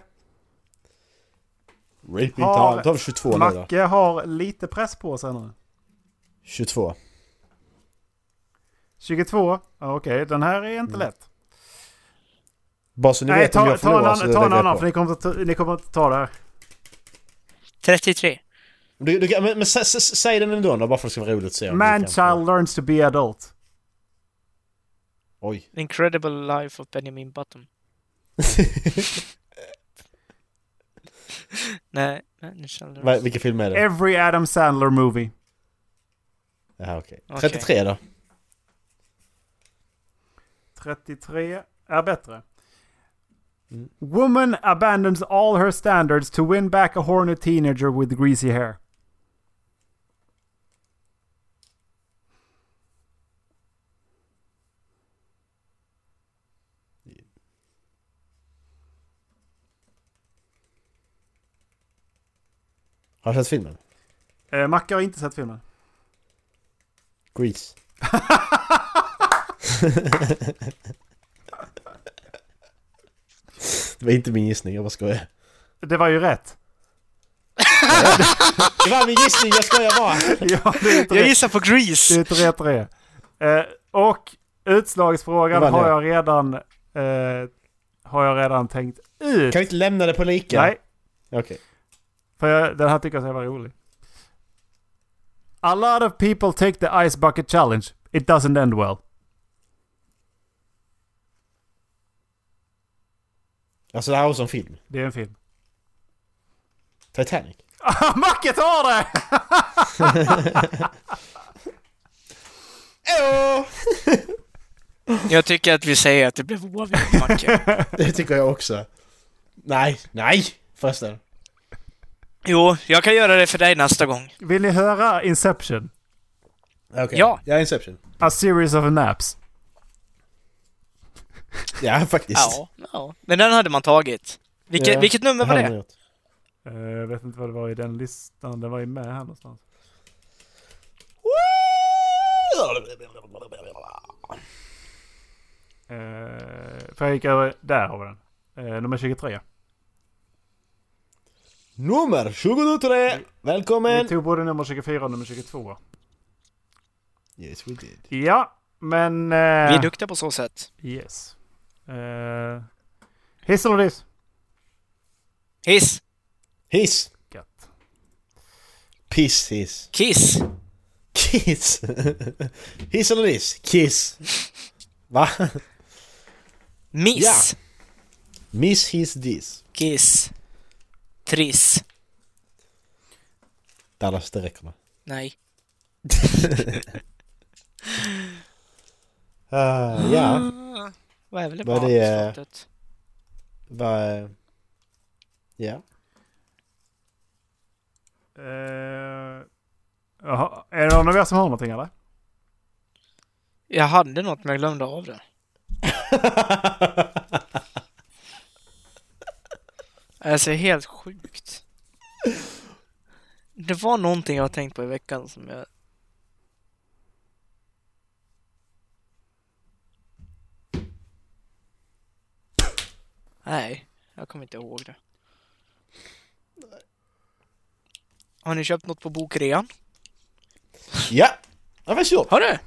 D: Rape me
C: Har-
D: down. Då har vi 22 nu då.
C: Macke har lite press på sig nu.
D: 22.
C: 22? Ja, Okej, den här är
D: Mm.
C: inte lätt.
D: Bara så ni
C: Nej,
D: vet om
C: ta,
D: jag
C: ta, en,
D: förlorar så
C: annan- ta en
D: lägger jag
C: annan
D: på.
C: för ni kommer, inte ta, ni kommer inte ta det här.
F: 33.
D: Du, du, kan- men men sä, sä, säg den ändå då, bara för att det ska vara roligt att se. om du kan få-
C: Manchild learns to be adult.
D: Oj.
F: The Incredible Life of Benjamin <laughs> Button. Nej, nej, nu känner
D: Va,
F: jag...
D: vilken film är det?
C: Every Adam Sandler movie.
D: Jaha, okej.
F: Okej.
D: 33 då.
C: 33 är bättre.
D: Mm.
C: Woman abandons all her standards to win back a horny teenager with greasy hair.
D: Har du sett filmen?
C: Eh, Macke har inte sett filmen. <laughs>
D: Grease. det var inte min gissning, jag bara skojar.
C: Det var ju
D: <laughs>
C: rätt.
D: Det var min gissning, jag skojar bara!
C: ja, det är inte
F: Jag
C: rätt.
F: gissar på
C: Det är
F: Grease!
C: inte rätt det. är. Eh, och utslagsfrågan
D: Vad vann
C: har
D: jag?
C: jag redan eh, har jag redan tänkt ut.
D: Kan vi inte lämna det på lika?
C: Nej,
D: Okej.
C: för jag, den här tycker jag så var rolig. A lot of people take the ice bucket challenge. It doesn't end well.
D: Alltså det här var som film.
C: Det är en film. <laughs>
D: Titanic.
C: Macke tar det!
F: <laughs> Jag tycker att vi säger att det blev oavgjort, Macke.
D: Det tycker jag också. Nej, nej! förresten?
F: <laughs> Jo, jag kan göra det för dig nästa gång.
C: Vill ni höra Inception?
D: Okej.
F: Ja.
D: Ja, Inception.
C: A series of naps.
D: Ja, faktiskt.
F: Ja, ja. Men den hade man tagit. Vilket,
D: Ja,
F: vilket nummer var
D: hade
F: det?
D: man gjort.
C: Eh, Jag vet inte vad det var i den listan. Den var ju med här någonstans. Eh, För jag gick över... Där har vi den. Eh, Nummer 23.
D: Nummer 23! Välkommen!
C: Vi tog både nummer 24 och nummer 22.
D: Yes we did.
C: Ja, men...
F: Vi är
C: eh,
F: duktiga på så sätt.
C: Yes. Uh, hiss eller diss?
F: Hiss!
D: Hiss!
C: Gött.
D: Piss hiss.
F: Kiss!
D: Kiss! <laughs> hiss eller diss? Kiss! Va?
F: Miss!
D: Ja. Miss hiss diss.
F: Kiss! Triss!
D: Dallas det räcker med.
F: Nej.
D: Ah, ja.
F: Vad är väl det
D: Vad
F: bra
D: det är-
F: slutet?
D: Va, eh, ja.
C: Eh, jaha. är det någon av er som har någonting eller?
F: Jag hade något men jag glömde av <laughs> det. Alltså helt sjukt. Det var någonting jag har tänkt på i veckan som jag... Nej, jag kommer inte ihåg det. Har ni köpt något på bokrean?
D: Ja! Det har jag faktiskt gjort.
F: Har du?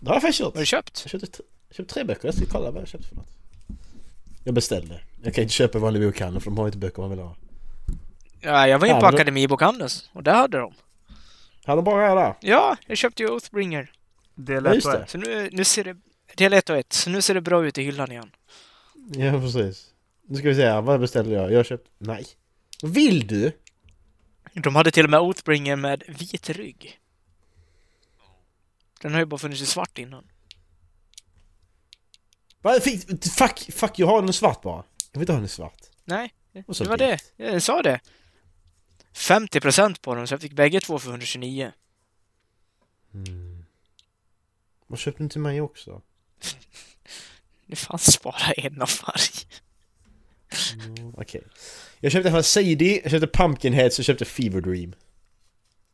D: Det har jag faktiskt gjort.
F: Har du köpt?
D: Jag köpte, tre- jag köpte tre böcker. Jag ska kolla vad jag köpte för något. Jag beställde. Jag kan inte köpa i vanlig bokhandel för de har inte böcker man vill ha.
F: Ja, jag var
D: Ja,
F: inne på
D: men då-
F: Akademibokhandeln och där hade de.
D: Har de bara där?
F: Ja, jag köpte ju Oathbringer.
C: Det är
D: Ja,
C: lätt
D: just
C: och
D: det.
C: rätt.
F: Så nu, nu ser det... Del 1 och 1, så nu ser det bra ut i hyllan igen.
D: Ja, precis. Nu ska vi se här. Vad beställde jag? Jag köpte... Nej. Vill du?
F: De hade till och med Oathbringer med vit rygg. Den har ju bara funnits i svart innan.
D: Vad fick... Fuck, fuck, jag har den i svart bara. Jag vill inte ha den i svart.
F: Nej,
D: Och så
F: det var det.
D: vitt.
F: Jag sa det. 50% på dem, så jag fick bägge två för 129.
D: Vad köpte den till mig också?
F: Det fanns bara en av varje.
D: Okej. Jag köpte i alla fall CD, jag köpte Pumpkinheads och jag köpte Fever Dream.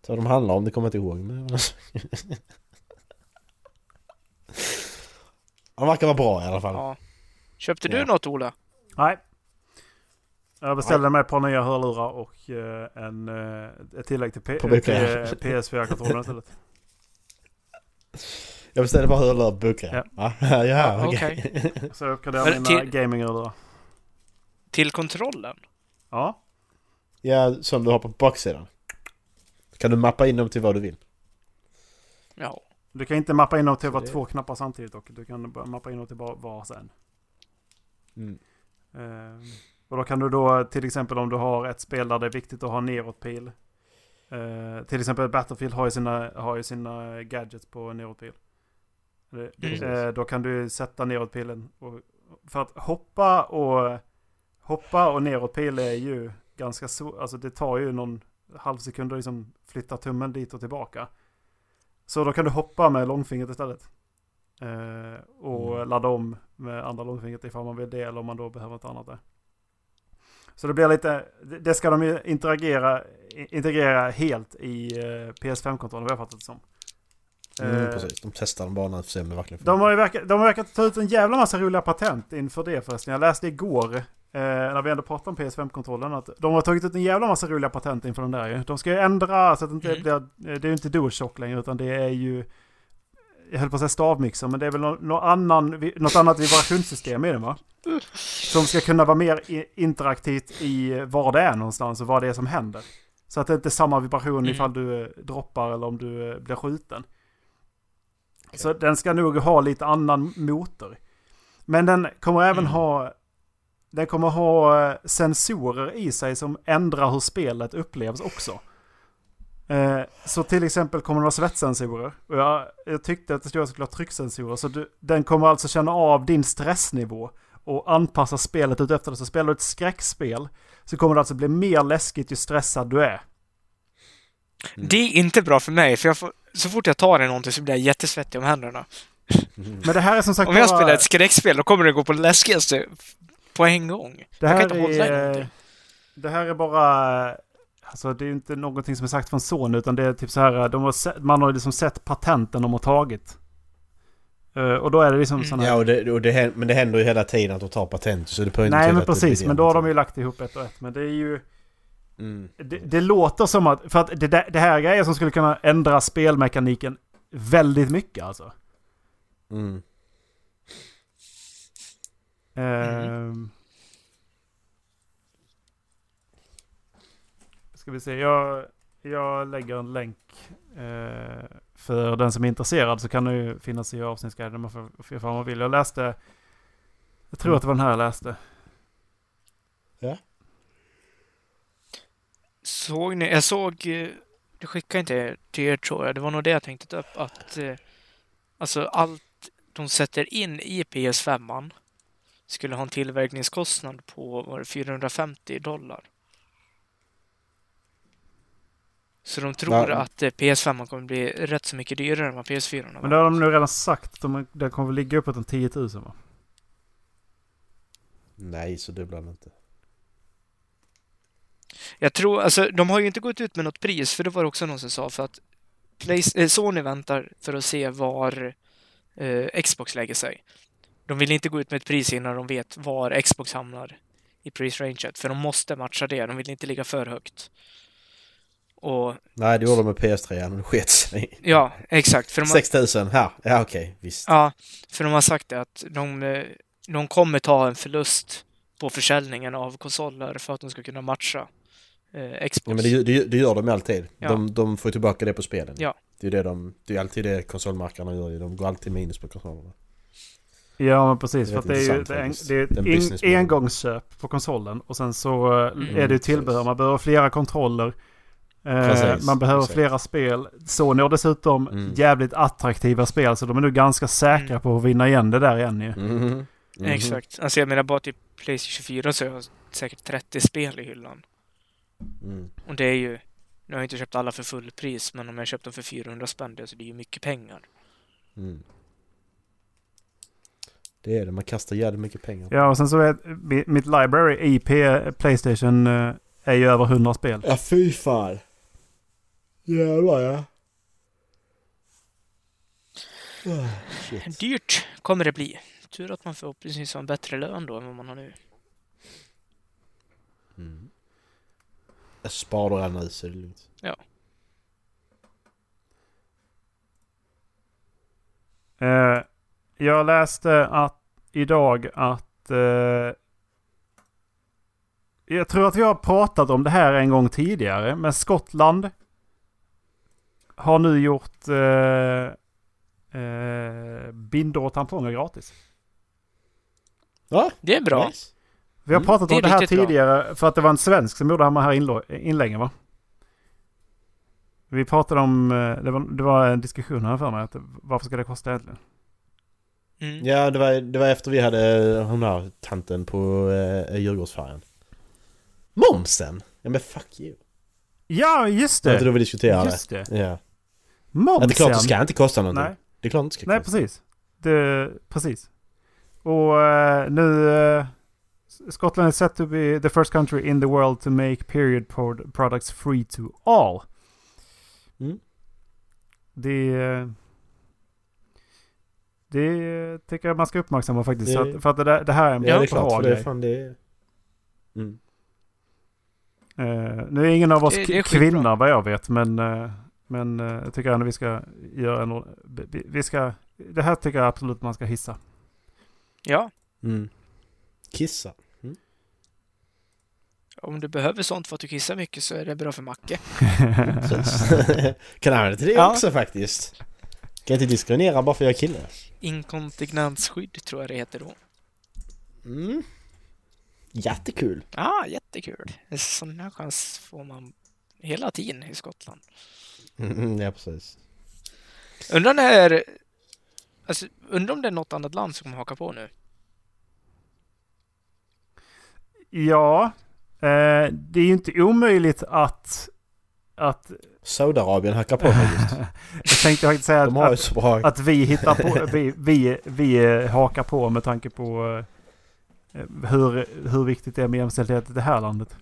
D: Så vad de handlar om, det kommer jag inte ihåg. Men... <laughs> De verkar vara bra i alla fall.
F: Ja. Köpte du
D: Ja.
F: något, Ola?
C: Nej. Jag beställde mig ett par nya hörlurar och eh, en, eh, ett tillägg till, P-
D: På
C: till
D: BPR.
C: eh, PS4-kontrollen
D: <laughs>
C: istället.
D: Jag beställde bara hörlurar och böcker.
C: Ja.
D: Ja, Va? Ah, ja okej.
F: Okej.
C: Så jag uppgraderade
F: Men
C: mina
F: till-
C: gaminghörlurar.
F: Till kontrollen?
C: Ja,
D: <laughs> Ja, som du har på baksidan. Kan du mappa in dem till vad du vill?
F: Ja.
C: du kan inte mappa in dem till att vara
D: det-
C: två knappar samtidigt och du kan bara mappa in dem till bara var sen.
D: Mm.
C: Eh, och då kan du då till exempel om du har ett spel där det är viktigt att ha neråtpil. Eh, till exempel Battlefield har ju sina, har ju sina gadgets på neråtpil. Det- det-
D: Mm.
C: Eh, då kan du sätta neråtpilen. Och, för att hoppa och hoppa och neråtpil är ju ganska så, alltså det tar ju någon halv sekund att liksom flytta tummen dit och tillbaka. Så då kan du hoppa med långfingret istället. Eh, och
D: Mm.
C: ladda om med andra långfingret ifall man vill det eller om man då behöver ett annat där. Så det blir lite, det det ska de ju interagera, i- integrera helt i eh, PS5-kontrollen vad jag fattat det som.
D: Mm,
C: Eh,
D: precis. De testar dem bara nu för att se om det verkligen
C: de har ju verkat, de har verkat ta ut en jävla massa roliga patent inför det förresten. Jag läste igår, eh, när vi ändå pratade om PS5-kontrollen, att de har tagit ut en jävla massa roliga patent inför den där ju. De ska ju ändra så att det inte
F: Mm.
C: blir, eh, det är ju inte DualShock längre utan det är ju, jag höll på att säga stavmixer, men det är väl nå- nå annan, vi- något annat vibrationssystem i den va? Som ska kunna vara mer i- interaktivt i var det är någonstans och vad det är som händer. Så att det inte är samma vibration
F: Mm.
C: ifall du eh, droppar eller om du eh, blir skjuten. Så den ska nog ha lite annan motor. Men den kommer även
F: Mm.
C: ha den kommer ha eh, sensorer i sig som ändrar hur spelet upplevs också. Eh, Så till exempel kommer det vara svettsensorer. Och jag, jag tyckte att det stod såklart trycksensorer. Så du, den kommer alltså känna av din stressnivå och anpassar spelet ut efter det. Så spelar du ett skräckspel så kommer det alltså bli mer läskigt ju stressad du är.
D: Mm.
F: Det är inte bra för mig, för jag får, så fort jag tar i någonting så blir jag jättesvettig om händerna.
C: Men det här är som sagt
F: Om jag
C: bara-
F: spelar ett skräckspel, då kommer det gå på det läskigaste på en gång.
C: Det
F: Jag
C: här,
F: kan inte hålla i
C: är,
F: någonting.
C: det här är bara... Alltså det är ju inte någonting som är sagt från Sony utan det är typ så här. De har sett, man har liksom sett patenten de har tagit. Eh, och då är det liksom
F: Mm.
C: sådana...
D: Ja, och det, och det, hän- men det händer ju hela tiden att de tar patent. Så det behöver inte liksom.
C: Nej
D: betyda
C: men
D: att det
C: precis,
D: blir
C: men då har de ju
D: någonting.
C: lagt ihop ett och ett. Men det är ju...
D: Mm.
C: Det, det låter som att... För att det, där- det här är grejer som skulle kunna ändra spelmekaniken väldigt mycket alltså.
D: Mm.
C: Ehm. Ska vi se, jag, jag lägger en länk eh, för den som är intresserad så kan det ju finnas i avsnittsguiden om man får får göra vad man vill. Jag läste, jag tror att det var den här jag läste.
F: Såg ni? Jag såg... eh, Det skickade jag inte till er tror jag. Det var nog det jag tänkte ta upp. Att eh, alltså allt de sätter in i PS5 an skulle ha en tillverkningskostnad på var det 450 dollar. Så de tror
D: Ja.
F: att eh, PS5 an kommer bli rätt så mycket dyrare än vad PS4 an var.
C: Men det har de nu redan sagt, de, den kommer väl ligga uppåt en 10 000 va?
D: Nej, så det blir det inte.
F: Jag tror, alltså de har ju inte gått ut med något pris, för det var det också någon som sa för att Plays- eh, Sony väntar för att se var eh, Xbox lägger sig. De vill inte gå ut med ett pris innan de vet var Xbox hamnar i prisranget, för de måste matcha det. De vill inte ligga för högt. Och
D: Nej, det gjorde de med PS3, men det sket sig.
F: ja, exakt. För de har
D: 6000, här. Ja, okej, visst.
F: Ja, för de har sagt det att de, eh, de kommer ta en förlust på försäljningen av konsoler för att de ska kunna matcha eh, Xbox.
D: Ja, men det, det, det gör de ju alltid.
F: Ja.
D: De, de får ju tillbaka det på spelen.
F: Ja.
D: Det är ju det de, det är ju alltid det konsolmarknaderna gör ju. De går alltid minus på konsolerna.
C: Ja men precis,
D: Det är
C: för att
D: rätt
C: det är ju
D: intressant
C: det är en,
D: faktiskt.
C: det är ett
D: Den
C: en,
D: business model.
C: engångsköp på konsolen och sen så eh,
F: Mm.
C: är det ju
D: Mm,
C: tillbehör.
D: precis.
C: Man behöver flera kontroller. Eh,
D: Precis,
C: man behöver
D: exakt.
C: flera spel. Sony har dessutom
D: Mm.
C: jävligt attraktiva spel så de är nu ganska säkra
F: Mm.
C: på att vinna igen det där igen ju.
D: Mhm. Mhm.
F: Exakt. Alltså jag menar bara till Playstation 4 så har jag säkert 30 spel i hyllan.
D: Mm.
F: Och det är ju... Nu har jag inte köpt alla för fullpris, men om jag köpt dem för 400 spänn, det, så det är ju mycket pengar.
D: Mm. Det är det, man kastar jävligt mycket pengar.
C: Ja och sen så är mi- mitt library i P- Playstation eh, är ju över 100 spel.
D: Ja, fy fan. Jävlar ja. Ah,
F: Dyrt kommer det bli. Tur att man förhoppningsvis har en bättre lön då än vad man har nu.
D: Mm. Jag sparar den nu så det är lugnt.
C: Eh, jag läste att idag att... Eh, jag tror att vi har pratat om det här en gång tidigare, men Skottland har nu gjort eh, eh, bindor och tamponger gratis.
D: Ja,
F: Det är bra.
D: nice.
C: Vi har
D: Mm.
C: pratat
F: Det är
C: om det här
F: riktigt bra.
C: tidigare för att det var en svensk som gjorde de här inlo- inläggen va? Vi pratade om, eh, det var, det var en diskussion här för mig, att varför ska det kosta egentligen?
F: Mm.
D: Ja, det var, det var efter vi hade eh, hon här tanten på eh, Djurgårdsfärjan. Momsen! Ja men fuck you.
C: Ja, just
D: Det var inte
C: det!
D: då vi diskuterade.
C: Just det!
D: Ja. Ja.
C: Momsen!
D: Det är klart det ska inte kosta någonting.
C: Nej,
D: Det är klart det inte ska
C: nej
D: kosta.
C: precis. Det, precis. Och eh, nu... eh, Skottland är set to be the first country in the world to make period prod- products free to all.
D: Mm.
C: Det... eh, Det tycker jag man ska uppmärksamma faktiskt.
D: Det-
C: så att, för att det, där, det här är en
D: Ja, det är
C: bra
D: klart. För det är
C: grej.
D: fan det är... Mm.
C: Eh, nu är ingen av oss
F: Det- det är
C: kvinnor
F: skitbra.
C: kvinna vad jag vet, men, eh, men eh, jag tycker ändå vi ska göra en... ord- Vi, vi ska, det här tycker jag absolut man ska hissa. <laughs>
F: Ja,
D: Mm.
C: <laughs>
D: Kissa.
F: om du behöver sånt för att du kissar mycket så är det bra för Macke.
D: Precis. kan använda till det
F: Ja.
D: också faktiskt. Kan inte diskriminera bara för att jag är kille.
F: Inkontinensskydd tror jag det heter då.
D: Mm. Jättekul.
F: Ah, jättekul! En sån här chans får man hela tiden i Skottland.
D: Mm, ja, precis.
F: Undrar när... Alltså, undrar om det är något annat land som kommer haka på nu.
C: Ja, eh, det är ju inte omöjligt att... att
D: Saudiarabien hackar på mig
C: <laughs>
D: just.
C: jag tänkte faktiskt säga
D: De har ju
C: att,
D: så bra...
C: att vi hittar på... Vi, vi, vi eh, hakar på med tanke på eh, hur, hur viktigt det är med jämställdhet i det här landet.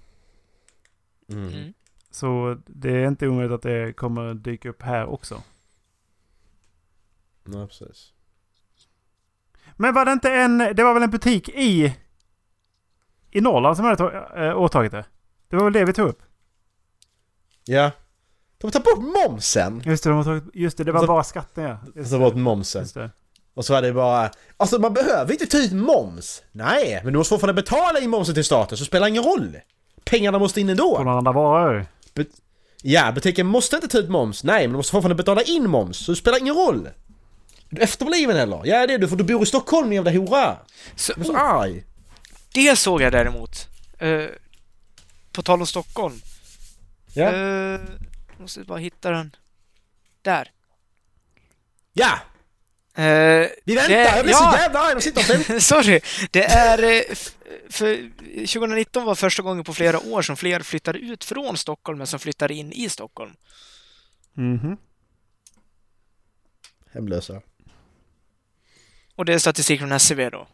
D: Mm.
F: Mm.
C: Så det är inte omöjligt att det kommer dyka upp här också.
D: Ja, precis.
C: Men var det inte en... Det var väl en butik i... I Norrland som hade ta- eh, åtagit det? Det var väl det vi tog upp?
D: Ja. De tar bort momsen!
C: Just det, de har tagit, just det, det var
D: Så-
C: bara skatten ja.
D: De
C: Just
D: tar
C: det,
D: bort momsen.
C: just det.
D: Och så var det bara... Alltså man behöver inte ta ut moms! Nej, men du måste fortfarande betala in momsen till staten så det spelar ingen roll! Pengarna måste in
C: På
D: ändå!
C: några andra varor.
D: Bet- ja, butiken måste inte ta ut moms. Nej, men du måste fortfarande betala in moms så det spelar ingen roll! Är Du efterbliven eller? Ja det är du för du bor i Stockholm din jävla hora!
F: Så,
D: Jag blir så
F: oh,
D: arg!
F: det såg jag däremot. Eh, på tal om Stockholm.
D: Ja.
F: Eh, måste bara hitta den. Där.
D: ja!
F: Eh,
D: Vi väntar!
F: det-
D: jag blir
F: ja.
D: så jävla arg! De sitter och
F: <laughs>
D: väntar!
F: Sorry! Det är... eh, f- För 2019 var första gången på flera år som fler flyttar ut från Stockholm än som flyttar in i Stockholm.
C: Mhm.
D: Hemlösa.
F: Och det är statistik från SCB då.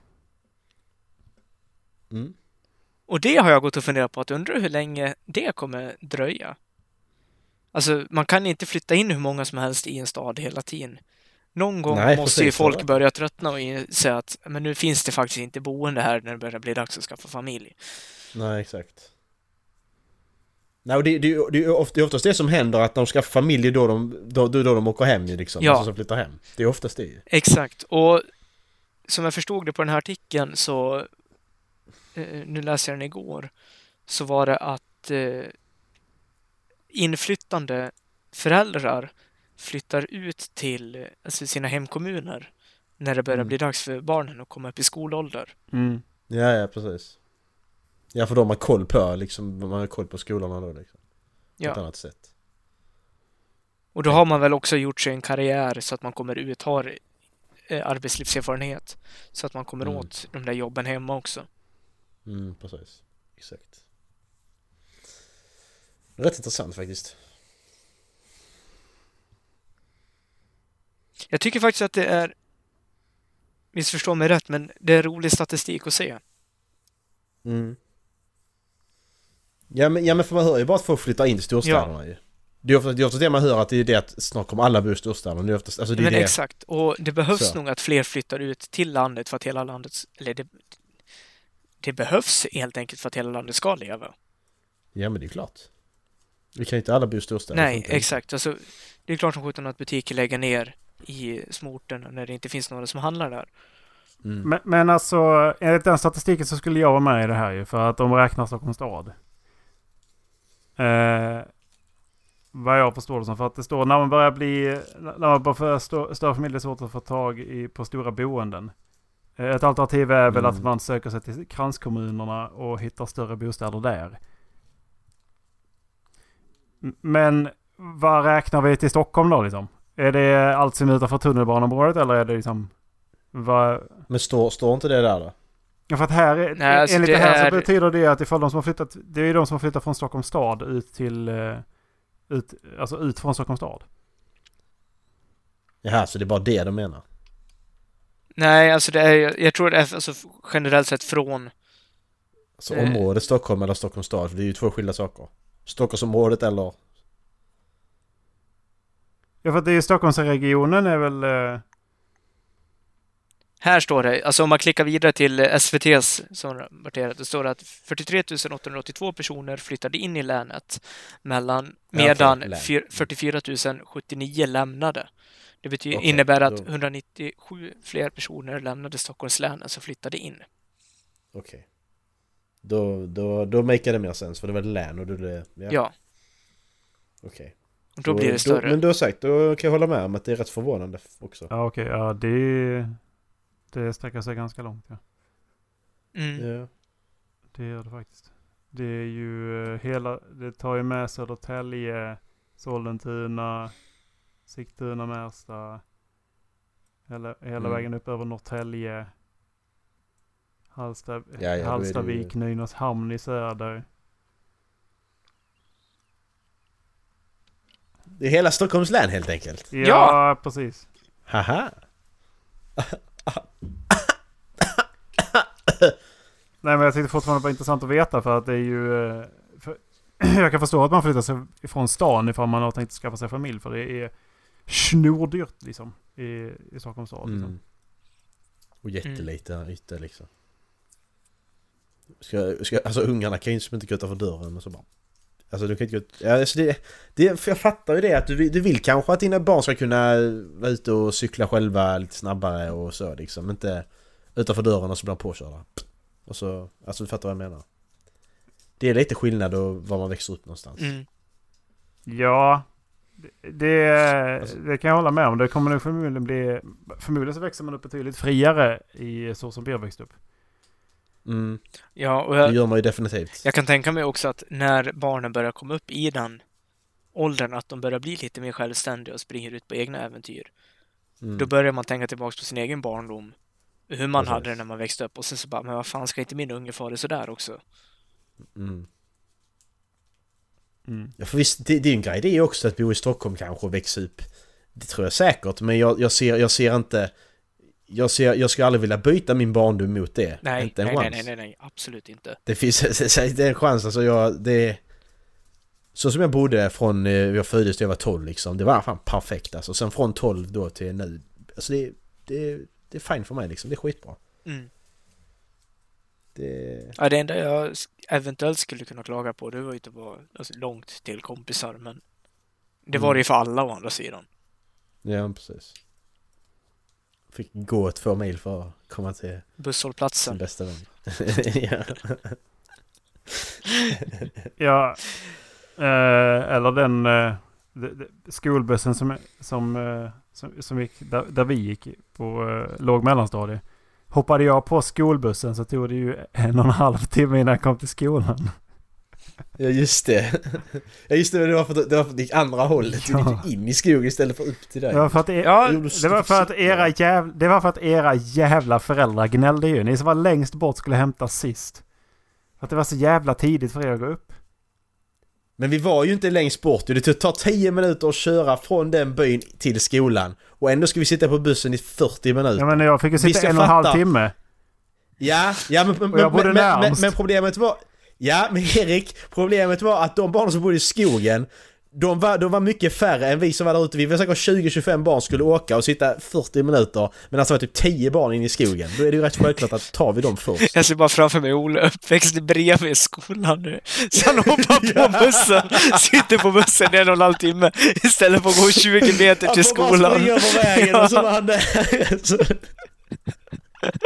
D: Mm.
F: Och det har jag gått och funderat på, att undra hur länge det kommer dröja. Alltså, man kan inte flytta in hur många som helst i en stad hela tiden. Någon gång
D: Nej,
F: måste
D: precis,
F: ju folk
D: eller?
F: börja tröttna och säga att men nu finns det faktiskt inte boende här när det börjar bli dags att skaffa familj.
D: Nej, exakt. Nej, och det, det, det, är ofta- det är oftast det som händer att de skaffar familj då de, då, då de åker hem ju liksom.
F: Ja.
D: Alltså som flyttar hem. Det är oftast det ju.
F: Exakt, och som jag förstod det på den här artikeln så, eh, nu läser jag den igår, så var det att eh, inflyttande föräldrar flyttar ut till eh, alltså sina hemkommuner när det börjar
D: Mm.
F: bli dags för barnen att komma upp i skolålder.
C: Mm.
D: Ja, ja precis. Ja, för de har koll på liksom, man har koll på skolorna då liksom. På
F: Ja.
D: ett annat sätt.
F: Och då har man väl också gjort sig en karriär så att man kommer ut, har eh, arbetslivserfarenhet, så att man kommer
D: Mm.
F: åt de där jobben hemma också.
D: Mm, precis. Exakt. Rätt intressant faktiskt.
F: Jag tycker faktiskt att det är, missförstå mig rätt, men det är rolig statistik att se.
D: Mm. Ja men, ja men för man hör ju bara att folk flyttar in till storstäderna ju. Det är ofta det, är ofta det man hör att det är det att snart kommer alla bo i storstäderna. Det är oftast, alltså det är
F: Men
D: det.
F: exakt, och det behövs
D: Så.
F: nog att fler flyttar ut till landet för att hela landet, eller det, det behövs helt enkelt för att hela landet ska leva.
D: Ja men det är klart. Vi kan ju inte alla bo i storstäder.
F: Nej,
D: Inte.
F: exakt. Alltså, det är klart som sjutton att butiker lägger ner i småorterna när det inte finns några som handlar där.
D: Mm.
C: Men, men alltså, enligt den statistiken så skulle jag vara med i det här ju. För att de räknar Stockholms stad. Eh, vad jag förstår det som. För att det står när man börjar bli... När man börjar få stå- större familj är det svårt att få tag i, på stora boenden. Eh, ett alternativ är väl
D: Mm.
C: att man söker sig till kranskommunerna och hittar större bostäder där. M- Men vad räknar vi till Stockholm då liksom? Är det allt som är utanför tunnelbaneområdet eller är det liksom... Vad,
D: Men står, står inte det där då?
C: Ja, för att här, är-
F: Nej, alltså
C: enligt det,
F: det
C: här
F: är-
C: så betyder det att ifall de som har flyttat, det är ju de som har flyttat från Stockholms stad ut till, eh, ut, alltså ut från Stockholms stad.
D: Jaha, så det är bara det de menar?
F: Nej, alltså det är, jag tror det är alltså, generellt sett från,
D: Alltså
F: Eh.
D: området Stockholm eller Stockholms stad? För det är ju två skilda saker. Stockholmsområdet eller...
C: Ja, för att det är ju Stockholmsregionen är väl, eh,
F: här står det, alltså om man klickar vidare till SVTs som rapporterat, då står det att 43 882 personer flyttade in i länet mellan,
D: Ja,
F: medan
D: förlåt, län.
F: fyr- 44 079 lämnade. Det betyder,
D: Okej,
F: innebär att
D: då-
F: 197 fler personer lämnade Stockholms län än som flyttade in.
D: Okej. Då, då, då maker det mer sens för det var ett län och då det...
F: Ja,
D: Okej.
F: och då blir det större.
D: men du har sagt, då kan jag hålla med om att det är rätt förvånande också.
C: ja okej, ja det, är- det sträcker sig ganska långt. Ja.
F: Mm.
D: Ja.
C: Det gör det faktiskt. Det är ju eh, hela, det tar ju med Södertälje, Sollentuna, Sigtuna, Märsta. Hela, hela
D: Mm.
C: vägen upp över Norrtälje. Halsta,
D: ja, då är det ju-
C: Hallstavik, Nynäshamn i söder.
D: Det är hela Stockholms län helt enkelt.
C: Ja, precis.
D: Haha.
C: Nej men jag tyckte fortfarande det var intressant att veta för att det är ju... eh, För, <clears throat> jag kan förstå att man flyttar sig ifrån stan ifall man har tänkt skaffa sig familj för det är snordyrt liksom. I, i Stockholms stad. Liksom.
D: Mm. Och jätteliten
F: Mm.
D: yta liksom. Ska, ska, alltså ungarna kan ju som inte gå utanför dörren och så bara... Alltså du kan inte gå ut... Ja, alltså, det, det, för jag fattar ju det att du, vill- du vill kanske att dina barn ska kunna vara ute och cykla själva lite snabbare och så liksom. Inte utanför dörren och så blir de påkörda. Och så, alltså du fattar vad jag menar. Det är lite skillnad och var man växer upp någonstans.
F: Mm.
C: Ja. Det, det,
D: Alltså-
C: det kan jag hålla med om. Det kommer nog förmodligen bli... Förmodligen så växer man upp betydligt friare i så som vi har växt upp.
D: Mm,
F: Ja, och
D: det
F: jag,
D: gör man ju definitivt.
F: jag kan tänka mig också att när barnen börjar komma upp i den åldern, att de börjar bli lite mer självständiga och springer ut på egna äventyr.
D: Mm.
F: Då börjar man tänka tillbaka på sin egen barndom. Hur man
D: Precis.
F: hade det när man växte upp och sen så bara, men vad fan ska inte min unge få ha det sådär också?
D: Mm.
C: Mm.
D: Ja, för visst, det, det är ju en grej det är ju också att bo i Stockholm kanske och växa upp. Det tror jag säkert, men jag, jag, ser, jag ser inte... Jag, ser, jag skulle aldrig vilja byta min barndom mot det.
F: Nej,
D: inte en
F: nej, nej,
D: chans.
F: nej, nej, nej, absolut inte.
D: Det finns <laughs> det är en chans, alltså jag... Det, så som jag bodde från eh, jag föddes till jag var 12 liksom, det var fan perfekt alltså. Sen från 12 då till nu, alltså det, det, det är fint för mig liksom, det är skitbra.
F: Mm.
D: Det,
F: Ja, det enda jag s- eventuellt skulle kunna klaga på, det var ju att det var alltså, långt till kompisar, men det var
D: Mm.
F: det ju för alla å andra sidan.
D: ja precis. Fick gå två mil för att komma till sin
F: Busshållplatsen.
D: bästa vän. <laughs> ja.
C: Ja, eh, eller den eh, de- de- skolbussen som, som, eh, som, som gick där, där vi gick på eh, låg mellanstadie. Hoppade jag på skolbussen så tog det ju en och en halv timme innan jag kom till skolan.
D: Ja just det. <laughs> Ja just det, men det var för att det var för att det gick andra hållet. Du
C: Ja.
D: gick in i skogen istället för upp till dig.
C: Det var för att, e-
F: Ja,
C: det var för att, era,
D: Ja,
C: jäv, det var för att era jävla föräldrar gnällde ju. Ni som var längst bort skulle hämta sist. För att det var så jävla tidigt för er att gå upp.
D: Men vi var ju inte längst bort ju. Det tar 10 minuter att köra från den byn till skolan. Och ändå ska vi sitta på bussen i 40 minuter.
C: Ja men jag fick ju
D: Visst,
C: sitta
D: jag
C: en och en halv
D: fattar.
C: timme.
D: Ja, ja men, men,
C: Och jag bodde
D: men, men, men,
C: närmst.
D: men problemet var... Ja, men Erik, problemet var att de barnen som bodde i skogen, de var, de var mycket färre än vi som var där ute. Vi var säkert 20-25 barn skulle åka och sitta 40 minuter, men alltså var typ 10 barn inne i skogen. Då är det ju rätt självklart att tar vi dem först.
F: Jag ser bara framför mig Olle uppväxt bredvid skolan
D: <laughs>
F: nu. Så han hoppar på bussen, sitter på bussen i en och en halv timme istället för att gå 20 meter till
D: Han får
F: skolan.
D: bara springa över vägen och så
F: <laughs>
D: var han där. Så-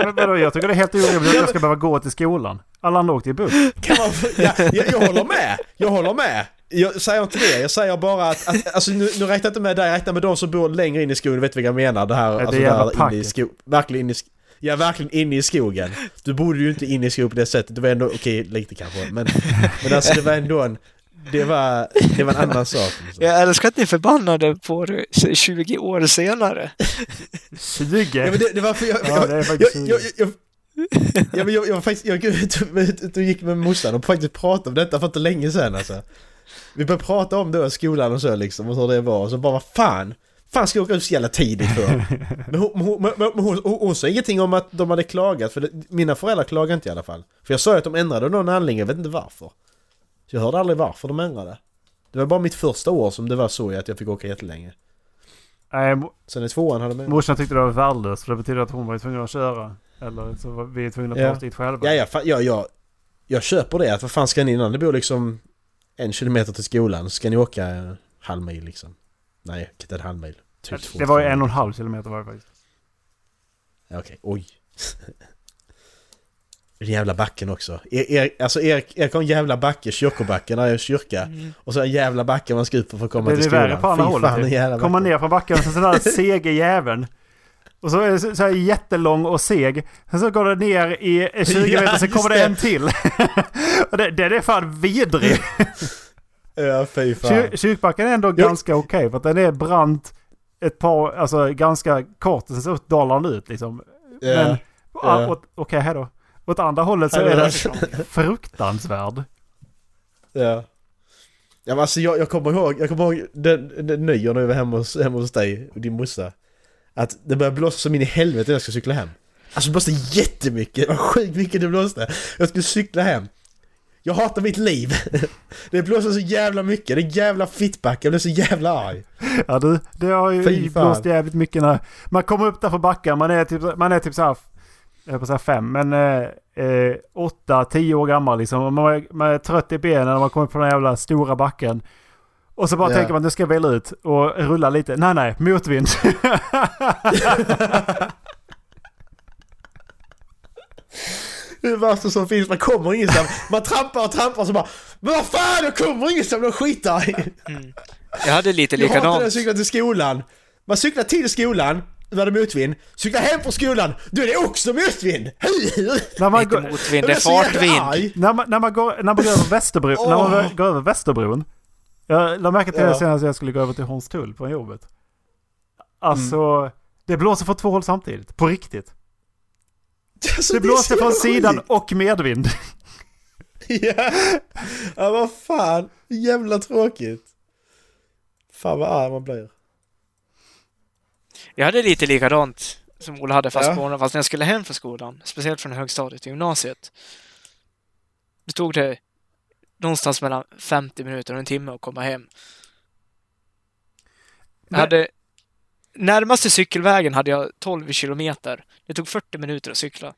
C: Men vadå, jag tycker det är helt orimligt att jag ska behöva gå till skolan. Alla andra åkte i buss.
D: kan man, få- ja, jag, jag håller med, jag håller med. Jag säger inte det, jag säger bara att, att alltså, nu, nu räknar jag inte med dig, jag räknar med de som bor längre in i skogen, vet vilka jag menar? Det här,
C: det
D: alltså, det
C: jävla
D: här inne i
C: packet.
D: skogen. Verkligen inne i skogen. Ja, verkligen inne i skogen. Du bodde ju inte inne i skogen på det sättet, det var ändå, okej lite kanske, men, men alltså det var ändå en, det var, det var en annan sak. Liksom.
F: Jag älskar att ni är förbannade på det så 20 år senare.
C: 20?
D: Ja, men det, det var för jag,
C: <laughs> Ja, det är
D: jag,
C: faktiskt
D: jag, jag, jag, ja, men jag, jag, var faktiskt, jag gick ut ut och gick med morsan och faktiskt pratade om detta för inte länge sedan alltså. Vi började prata om då skolan och så liksom och hur det var och så bara vad fan, fan ska jag åka ut så jävla
C: <laughs>
D: tidigt för? Men hon, men hon, men hon, hon, hon, hon sa ingenting om att de hade klagat, för det, mina föräldrar klagade inte i alla fall. För jag sa ju att de ändrade av någon anledning, jag vet inte varför. Så jag hörde aldrig varför de ändrade. Det var bara mitt första år som det var så att jag fick åka jättelänge.
C: Nej, mo-
D: Sen i tvåan hade de ändrat.
C: morsan tyckte det var värdelöst för det betyder att hon var ju tvungen att köra. Eller så var vi tvungna att ta
D: Ja.
C: oss dit själva.
D: Ja, ja, fa- ja, ja, jag köper det. Att vad fan ska ni innan? Det bor liksom en kilometer till skolan. Så ska ni åka en halv mil liksom. Nej, inte en halv mil. Typ två,
C: det var ju
D: tre
C: en
D: mil.
C: och en halv kilometer var det faktiskt.
D: Ja, Okej, oj. <laughs> Den jävla backen också. Er, er, alltså Erik, Erik har en jävla backe, kyrkobacken, där är en kyrka. Och så en jävla backe man ska upp för att komma
C: Mm. Det är
D: till
C: ju
D: skolan.
C: värre på andra
D: Fy
C: hållet.
D: fan, en
C: typ.
D: jävla
C: Kommer man
D: backe.
C: ner från backen och så den
D: <laughs>
C: där sege jäveln. Och så är det så så här jättelång och seg. Sen så går det ner
D: <laughs>
C: i 20
D: Ja,
C: meter, sen kommer
D: just
C: det en till. <laughs> och det, den är fan vidrig.
D: Ja, fy fan.
C: Kyr, kyrkbacken är ändå ganska okej för att den är brant ett par, alltså ganska kort. Sen så dalar den ut liksom.
D: Ja.
C: Men, ah,
D: Ja.
C: åt- okej, hejdå. Åt andra hållet så
D: Nej,
C: är
D: men
C: den
D: alltså-
C: fruktansvärd.
D: Ja. Ja men alltså jag, jag kommer ihåg, jag kommer ihåg den, den nyår när vi var hemma hos, hemma hos dig och din morsa. Att det började blåsa som in i helvete när jag skulle cykla hem. Alltså det blåste jättemycket, det var sjukt mycket det blåste. Jag skulle cykla hem. Jag hatar mitt liv. <laughs> Det blåste så jävla mycket, det är jävla fittback, jag blev så jävla arg.
C: Ja du, det har ju
D: Fy fan.
C: blåst jävligt mycket när man kommer upp där för backen. Man är typ, man är typ så här, jag höll på att säga fem, men eh, eh, åtta, tio år gammal liksom. Och Man, är- man är trött i benen när man kommer upp på den jävla stora backen. Och så bara
D: Ja.
C: tänker man nu ska jag väl ut och rulla lite. Nej nej, motvind. <laughs>
D: Det är det värsta som finns, man kommer ingenstans, man trampar och trampar så bara Men vad fan jag kommer ingenstans, jag skitar
F: Jag hade lite
D: Jag hatar att
F: likadant.
D: cykla till skolan. Man cyklar till skolan, då är det motvind. Cyklar hem från skolan, då är det också motvind! Hur?
C: när, man
F: Inte
C: går,
F: motvind,
D: Jag
F: det
D: blir
F: är
D: så jävla
F: fartvind.
D: arg.
C: när, man, när, man går, när man går över Västerbron. När man
D: Åh.
C: går över Västerbron. Jag la märke till det
D: Ja.
C: senast jag skulle gå över till Hornstull på jobbet. Alltså,
D: Mm.
C: det blåser från två håll samtidigt. På riktigt.
D: Alltså,
C: Det
D: är
C: blåste
D: så
C: från
D: jävla
C: sidan
D: sjukt.
C: och medvind.
D: Ja. ja, vad fan. Jävla tråkigt. Fan vad arg man blir.
F: Jag hade lite likadant som Ola hade fast
D: Ja.
F: på morgonen, fast när jag skulle hem från skolan, speciellt från högstadiet till gymnasiet. Det tog det någonstans mellan 50 minuter och en timme att komma hem. Jag
C: Men-
F: hade, närmaste cykelvägen hade jag 12 kilometer. Det tog 40 minuter att cykla.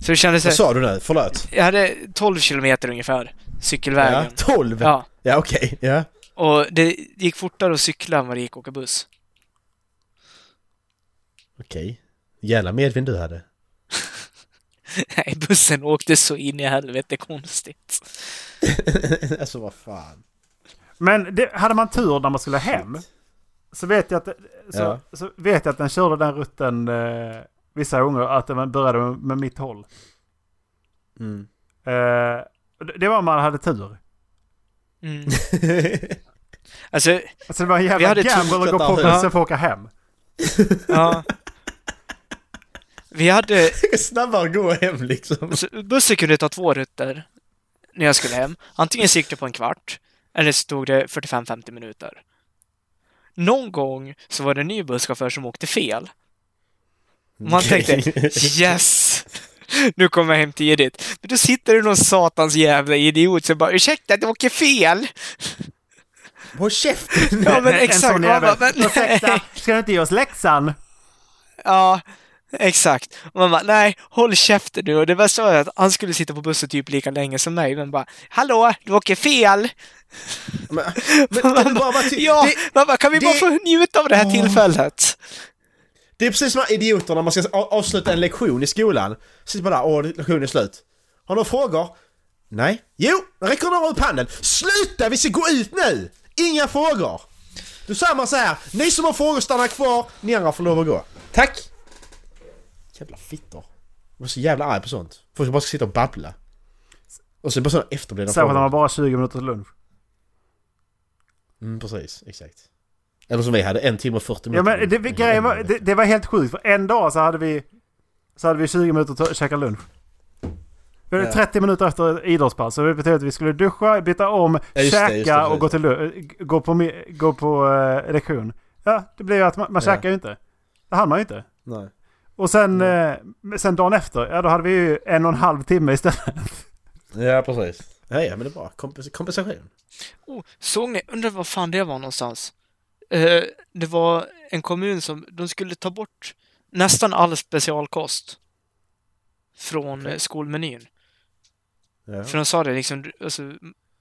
F: Så det kändes...
D: Vad sa du nu? Förlåt.
F: Jag hade 12 kilometer ungefär,
D: Ja,
F: cykelvägen.
D: 12. Ja,
F: ja.
D: okej. Ja.
F: Och det gick fortare att cykla än vad det gick att åka buss.
D: Okej. Jävla medvind du hade. <laughs>
F: Nej, bussen åkte så in i helvete konstigt.
D: alltså vad fan.
C: Men det, hade man tur när man skulle hem så vet jag att, så,
D: Ja.
C: så vet jag att den körde den rutten eh, vissa gånger att den började med, med mitt håll.
D: Mm.
C: Eh, och det- det var om man hade tur.
F: Mm. Alltså,
C: Alltså det var en
F: Vi
C: jävla
F: hade tur
C: gamble att gå
D: att
C: på
D: alla-
C: bussen för att åka hem.
F: ja. Vi hade...
D: Snabbare gå hem liksom.
F: Alltså, bussen kunde ta två rutter när jag skulle hem. Antingen så gick det på en kvart, eller så tog det 45-50 minuter. Någon gång så var det en ny busschaufför som åkte fel. Och Man tänkte yes! Nu kommer jag hem tidigt. Men då sitter det någon satans jävla idiot som bara ursäkta, du åker fel!
D: Håll <laughs> käften!
F: Ja men
C: En-
F: exakt!
C: En sån
F: Man
C: jävel.
F: bara, men-
C: Ursäkta, ska du inte ge oss läxan?
F: Ja, exakt. Och man bara, nej, håll käften nu. Och det värsta var att han skulle sitta på bussen typ lika länge som mig, men bara, hallå, du åker fel!
D: Men, men kan du bara vara tyst?
F: Ja,
D: det,
F: man bara, kan vi bara
D: det-
F: få njuta av det här
D: Åh.
F: tillfället?
D: det är precis som de här idioterna när man ska a- avsluta en lektion i skolan. Sitter man där, åh lektionen är slut. Har du några frågor? Nej? Jo, då räcker några upp handen. Sluta! Vi ska gå ut nu! Inga frågor! Då säger man så här, ni som har frågor stannar kvar, ni andra får lov att gå. Tack! Jävla fittor. Jag var så jävla arg på sånt. Folk som bara ska sitta och babbla. Och så bara sådana efterblivna
C: Särskilt när man
D: frågor.
C: bara har 20 minuter till lunch.
D: Mm, precis, exakt. Eller som vi hade, en timme och 40
C: Ja
D: minuter. Mm.
C: men det, grejen var, det, det var helt sjukt för en dag så hade vi, så hade vi 20 minuter att ta- käka lunch. Vi hade
D: Ja.
C: 30 minuter efter idrottspass så det betydde att vi skulle duscha, byta om,
D: Ja, just det,
C: käka
D: just det,
C: och gå, till, lu- gå på, mi- gå på eh, lektion. Ja, det blev ju att man, man
D: Ja.
C: käkar ju inte. Det hann man ju inte.
D: Nej.
C: Och sen, eh, men sen dagen efter, ja då hade vi ju en och en halv timme istället.
D: <laughs> Ja, precis. Ja, ja, men det är bra. Kompens- kompensation.
F: Oh, såg ni, undrar vad fan det var någonstans? Eh, det var en kommun som, de skulle ta bort nästan all specialkost från eh, skolmenyn.
D: Ja.
F: För de sa det liksom, alltså,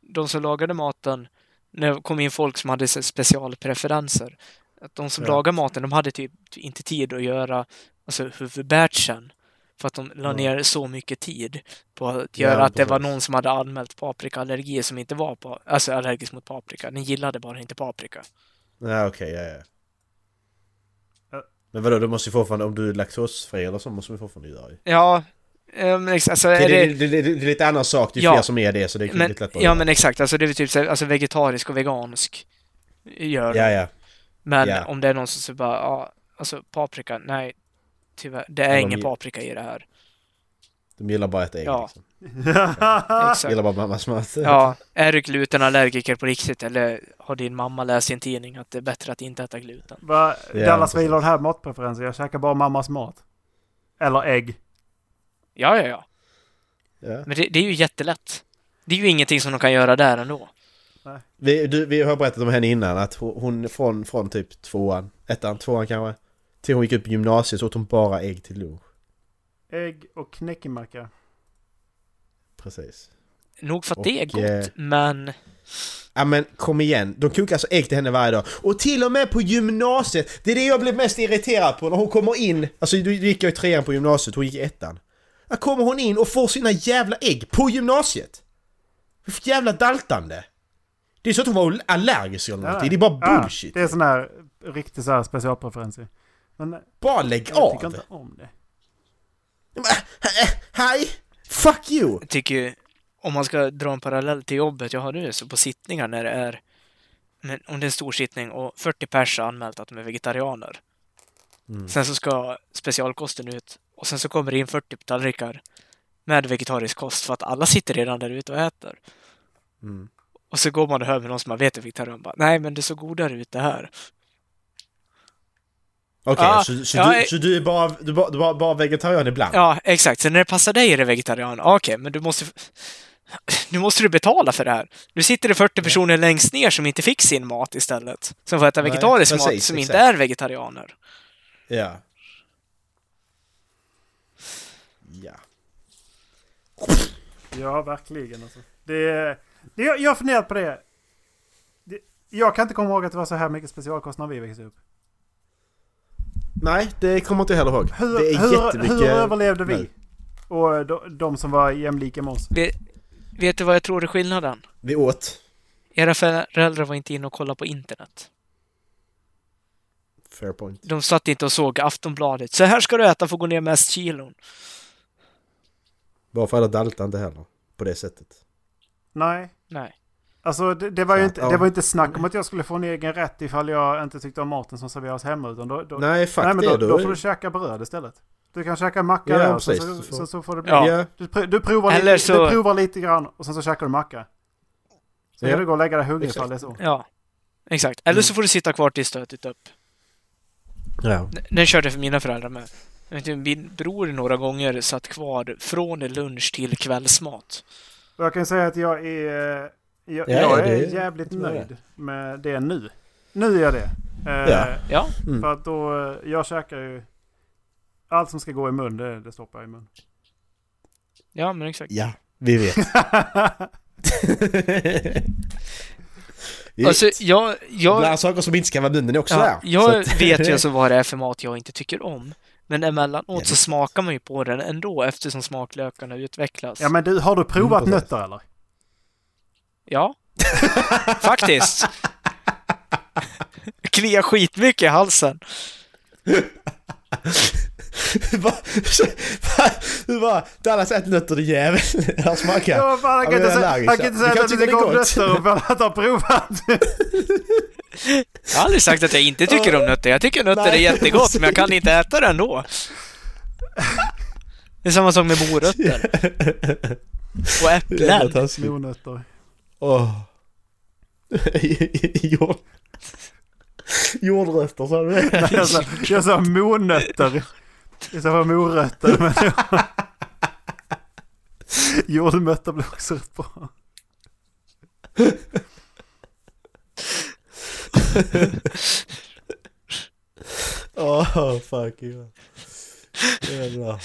F: de som lagade maten, när det kom in folk som hade så här specialpreferenser, att de som
D: Ja.
F: lagade maten, de hade typ inte tid att göra alltså, huvudbatchen. För att de la
D: Ja.
F: ner så mycket tid på att
D: Ja,
F: göra att det var
D: precis.
F: någon som hade anmält paprikaallergi som inte var pa- alltså allergisk mot paprika. Den gillade bara inte paprika.
D: Ja, okej, ja, ja.
C: Ja.
D: Men vadå, du måste ju fortfarande, om du är laktosfri eller så, måste du fortfarande göra ju.
F: Ja, ehm, ex- alltså
D: Det,
F: är
D: det,
F: det...
D: det, det, det är lite annan sak, det är
F: Ja.
D: fler som är det så det är
F: Men,
D: lite lättare att
F: ja
D: göra.
F: men exakt, alltså det är väl typ så här, alltså vegetarisk och vegansk gör de.
D: Ja, ja.
F: Men
D: Ja.
F: om det är någon som säger bara, ja, alltså paprika, nej, tyvärr, det är
D: de
F: ingen
D: gi-
F: paprika i det här.
D: De gillar bara att äta ägg
F: Ja.
D: liksom. De
F: Exakt.
D: gillar bara mammas mat.
F: Ja, är du glutenallergiker på riktigt eller har din mamma läst i en tidning att det är bättre att inte äta gluten?
C: Va,
D: Ja,
C: Dallas,
D: precis.
C: vad gillar den här matpreferensen? Jag käkar bara mammas mat. Eller ägg.
F: Ja, ja, ja.
D: <laughs> Ja.
F: Men det, det är ju jättelätt. Det är ju ingenting som de kan göra där ändå.
D: Vi, du, vi har berättat om henne innan att hon, hon från, från typ tvåan, ettan, tvåan kanske, till hon gick upp i gymnasiet så åt hon bara ägg till lunch.
C: Ägg och knäckemacka.
D: Precis.
F: Nog för att det är
D: Och,
F: gott,
D: eh,
F: men...
D: Ja men kom igen, de kokar alltså ägg till henne varje dag. Och till och med på gymnasiet! Det är det jag blev mest irriterad på när hon kommer in. Alltså då gick jag i trean på gymnasiet, hon gick i ettan. Där kommer hon in och får sina jävla ägg på gymnasiet! Hur jävla daltande! Det är så att hon var allergisk eller någonting, det är bara
C: Ja,
D: bullshit.
C: det är sån här riktig så här specialpreferens. Men
D: Bara lägg
C: jag tycker
D: av!
C: inte om det.
D: Hej! Fuck you!
F: Alltså, Jag tycker ju, om man ska dra en parallell till jobbet jag har nu, så på sittningar när det är... Men om det är en stor sittning och 40 pers har anmält att de är vegetarianer. Sen så ska specialkosten ut och sen så kommer det in 40 tallrikar med vegetarisk kost för att alla sitter redan där ute och äter.
D: Mm.
F: Och så går man och hör med någon som man vet är vegetarian bara, nej men det såg godare ut det här.
D: Okej,
F: Ah,
D: så, så,
F: ja,
D: du,
F: eh.
D: så du är bara, du är bara, du är bara, bara vegetarian ibland?
F: Ja, exakt. Så när det passar dig är det vegetarian. Ja, Okej, men du måste... <laughs> Nu måste du betala för det här. Nu sitter det 40 personer längst ner som inte fick sin mat istället. Som får äta
D: Nej,
F: vegetarisk mat
D: precis,
F: som inte är
D: exakt.
F: vegetarianer.
D: Ja. Ja.
C: Ja, verkligen. Alltså. Det, det, jag jag har funderat på det. det. Jag kan inte komma ihåg att det var så här mycket specialkost när vi växte upp.
D: Nej, det kommer inte jag heller ihåg.
C: Hur,
D: det är
C: hur,
D: jättemycket...
C: hur överlevde vi?
D: Nej.
C: Och de, de som var jämlika med oss.
F: Vet, vet du vad jag tror är skillnaden?
D: Vi åt.
F: Era föräldrar var inte inne och kollade på internet.
D: Fair point.
F: De satt inte och såg Aftonbladet. Så här ska du äta för att gå ner mest kilon.
D: Varför hade Dalta inte heller? På det sättet.
C: Nej.
F: Nej.
C: Alltså det, det var ju
D: Ja,
C: inte,
D: ja.
C: det var ju inte snack om att jag skulle få en egen rätt ifall jag inte tyckte om maten som serveras hemma. Utan då, då,
D: Nej, fuck
C: nej, men då,
D: det.
C: då får du käka bröd istället. Du kan käka macka
D: Ja,
C: där och sen
D: precis.
C: så,
D: Du får-
C: så, så får det bli...
F: Ja.
D: Ja.
C: Du, pr- du, provar
F: Eller
C: lite,
F: så-
C: du provar lite grann och sen så käkar du macka. Sen
D: Ja.
C: kan du gå och lägga dig hungrig
D: Exakt.
C: ifall det är så.
F: Ja. Exakt. Eller
D: Mm.
F: så får du sitta kvar tills du har ätit upp.
D: ja.
F: Den- Den körde för mina föräldrar med. Jag vet inte, Min bror några gånger satt kvar från lunch till kvällsmat.
C: Och jag kan ju säga att jag är... eh, Jag,
D: Ja,
C: jag är
D: det-
C: jävligt
D: det är
C: nöjd med det nu. Nu är jag det. Eh,
D: Ja.
F: Ja,
D: Mm.
C: För att då... eh, Jag käkar ju... Allt som ska gå i mun, det, det stoppar jag i mun. <laughs>
F: ja men exakt.
D: ja, vi vet. vi
F: Alltså,
D: vet.
F: jag, jag,
D: Bland saker som inte ska vara i munnen är också
F: ja,
D: där. Så
F: jag
D: att-
F: vet ju
D: <laughs>
F: alltså vad det är för mat jag inte tycker om. Men
D: Ja, det
F: emellanåt
D: är
F: så smakar man ju på den ändå eftersom smaklökarna utvecklas.
C: Ja men du, har du provat
D: Mm, precis.
C: nötter eller?
F: Ja.
D: <laughs>
F: Faktiskt. Kliar skitmycket i halsen.
D: Va? Va? Du bara, Dallas äter nötter din jävel. Han smakar.
C: Ja, fan, han kan
D: men
C: inte
D: jag är
C: säga,
D: allergisk,
C: han kan inte
D: så- du
C: säga
D: kan
C: att
D: tycka
C: det
D: det är
C: går om
D: gott.
C: nötter för att han har provat.
D: <laughs>
F: Jag har aldrig sagt att jag inte tycker om nötter. Jag tycker nötter är
D: Nej,
F: jättegott, men jag kan inte äta det ändå. Det är samma sak med morötter. Och
D: Jävla
F: äpplen.
D: taskigt.
C: Mornötter.
D: Åh. Jord... Jordrötter sa du det?
C: Jag sa, jag sa mornötter. Jag sa för morötter men... <laughs> Jordnötter blir också rätt bra.
D: Åh, fuck you. Jävlar.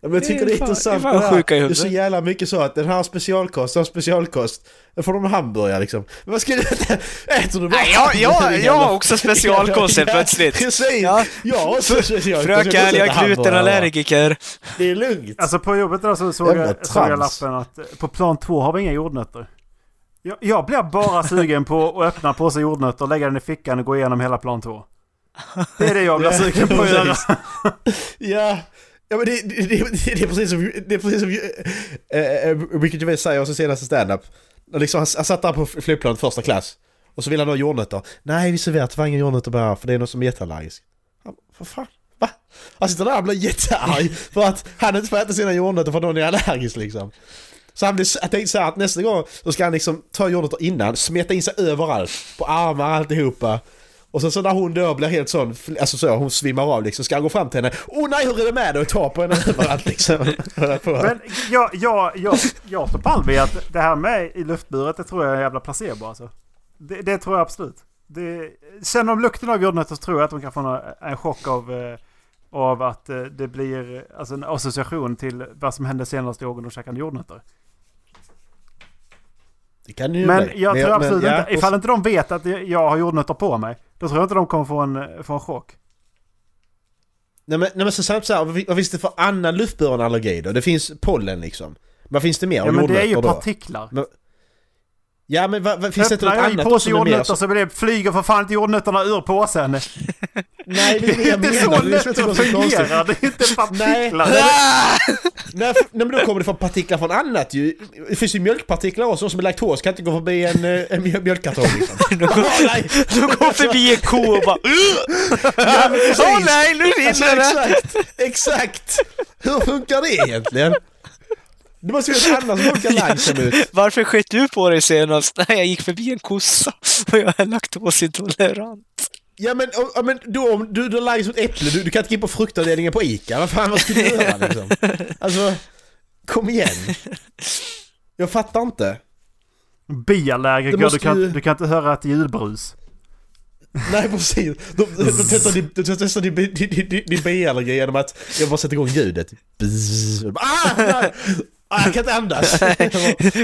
D: Ja, men jag
F: Det
D: tycker
F: är
D: det är
F: fan-
D: intressant
F: det är
D: det
F: fan
D: här.
F: sjuka i
D: Det är
F: huvudet.
D: så jävla mycket så att den här specialkost, den här specialkost. Den får de hamburgare liksom. Men vad ska du äta? Äter du bara
F: Nej, jag, jag,
D: hamburgare?
F: jag har också specialkost helt
D: Ja,
F: plötsligt.
D: Precis!
F: Ja.
D: Jag har också specialkost.
F: Fröken, jag är glutenallergiker.
D: Det är lugnt.
C: Alltså på jobbet idag så såg
D: Jävla
C: jag, såg jag
D: trams.
C: lappen att eh, på plan två har vi inga jordnötter. Jag, jag blir bara sugen på att öppna en påse jordnötter, lägga den i fickan och gå igenom hela plan två. Det är det jag blir
D: Ja,
C: sugen på att
D: precis.
C: göra.
D: Ja, ja men det, det, det, det är precis som, det är precis som eh, eh, Ricky Gervais säger i sin senaste standup. Och Liksom, han, han satt där på flygplanet första klass. Och så vill han ha jordnötter. Nej, vi serverar tyvärr inga jordnötter bara för det är någon som är jätteallergisk. Ja, Vad fan? Va? Han sitter där och blir jättearg för att han inte får äta sina jordnötter för att någon är allergisk liksom. Så han blir, jag tänkte så här att nästa gång så ska han liksom ta jordnötter innan, smeta in sig överallt. På armar, alltihopa. Och sen så när hon då blir helt sån, alltså så, hon svimmar av liksom, ska han gå fram till henne. Oh nej, hur är det med dig? Och ta på henne överallt liksom. Hålla på.
C: Men jag, jag, jag, jag står pall vid att det här med i luftburet, det tror jag är en jävla placebo alltså. Det, det tror jag absolut. Det, känner de lukten av jordnötter så tror jag att de kan få en, en chock av, eh, av att eh, det blir eh, alltså en association till vad som hände senaste åren de käkade jordnötter.
D: det kan ju
C: Men
D: bli.
C: jag tror absolut
D: ja,
C: inte, ifall inte de vet att jag har jordnötter på mig, då tror jag inte de kommer få en, få en chock.
D: Nej men, nej, men så, så, så här, vad fin- vad finns det för annan luftburen allergi då? Det finns pollen liksom. Vad finns det mer?
C: Ja men det är ju
D: Jordnötter då?
C: partiklar.
D: Ja men vad, vad, finns det inte något
C: Öppnar jag en
D: annat
C: påse
D: som är mer
C: jordnötter
D: som...
C: så blir det, flyger för fan inte jordnötterna ur påsen. <laughs>
D: Nej det är det
C: Det är
D: jag
C: inte
D: menar.
C: så
D: Det är så att det
C: nötter
D: går så konstigt.
C: fungerar. Det är inte partiklar.
D: Nej.
C: Det är-
F: <laughs>
D: Nej, f- nej men då kommer det från partiklar från annat ju. Det finns ju mjölkpartiklar också, de som är laktos kan inte gå förbi en, eh, en mjöl- mjölkkartong
C: <laughs>
D: liksom. Åh, nej.
F: De går förbi en ko och bara
D: Ja, men precis.
F: Åh nej, nu
D: Alltså,
F: rinner det!
D: exakt, <laughs> exakt! Hur funkar det egentligen? Det måste ju vara ett annat som funkar lansen ut.
F: Varför skett du på dig senast? Nej, jag gick förbi en kossa och jag är laktosintolerant.
D: Ja men, om- ja, men då, om du, du lagd som ett äpple, du, du kan inte gå in på fruktavdelningen på ICA, vad fan vad ska du göra liksom? Alltså, kom igen. Jag fattar inte.
C: Biallergiker,
D: Det måste
C: du, kan,
D: ju-
C: du kan inte höra ett ljudbrus.
D: Nej precis, de, de, de testar din, de testar din, din, din, din, din biallergi genom att jag bara sätter igång ljudet. Bzzz. Ah, nej. ah, jag kan inte <laughs> andas!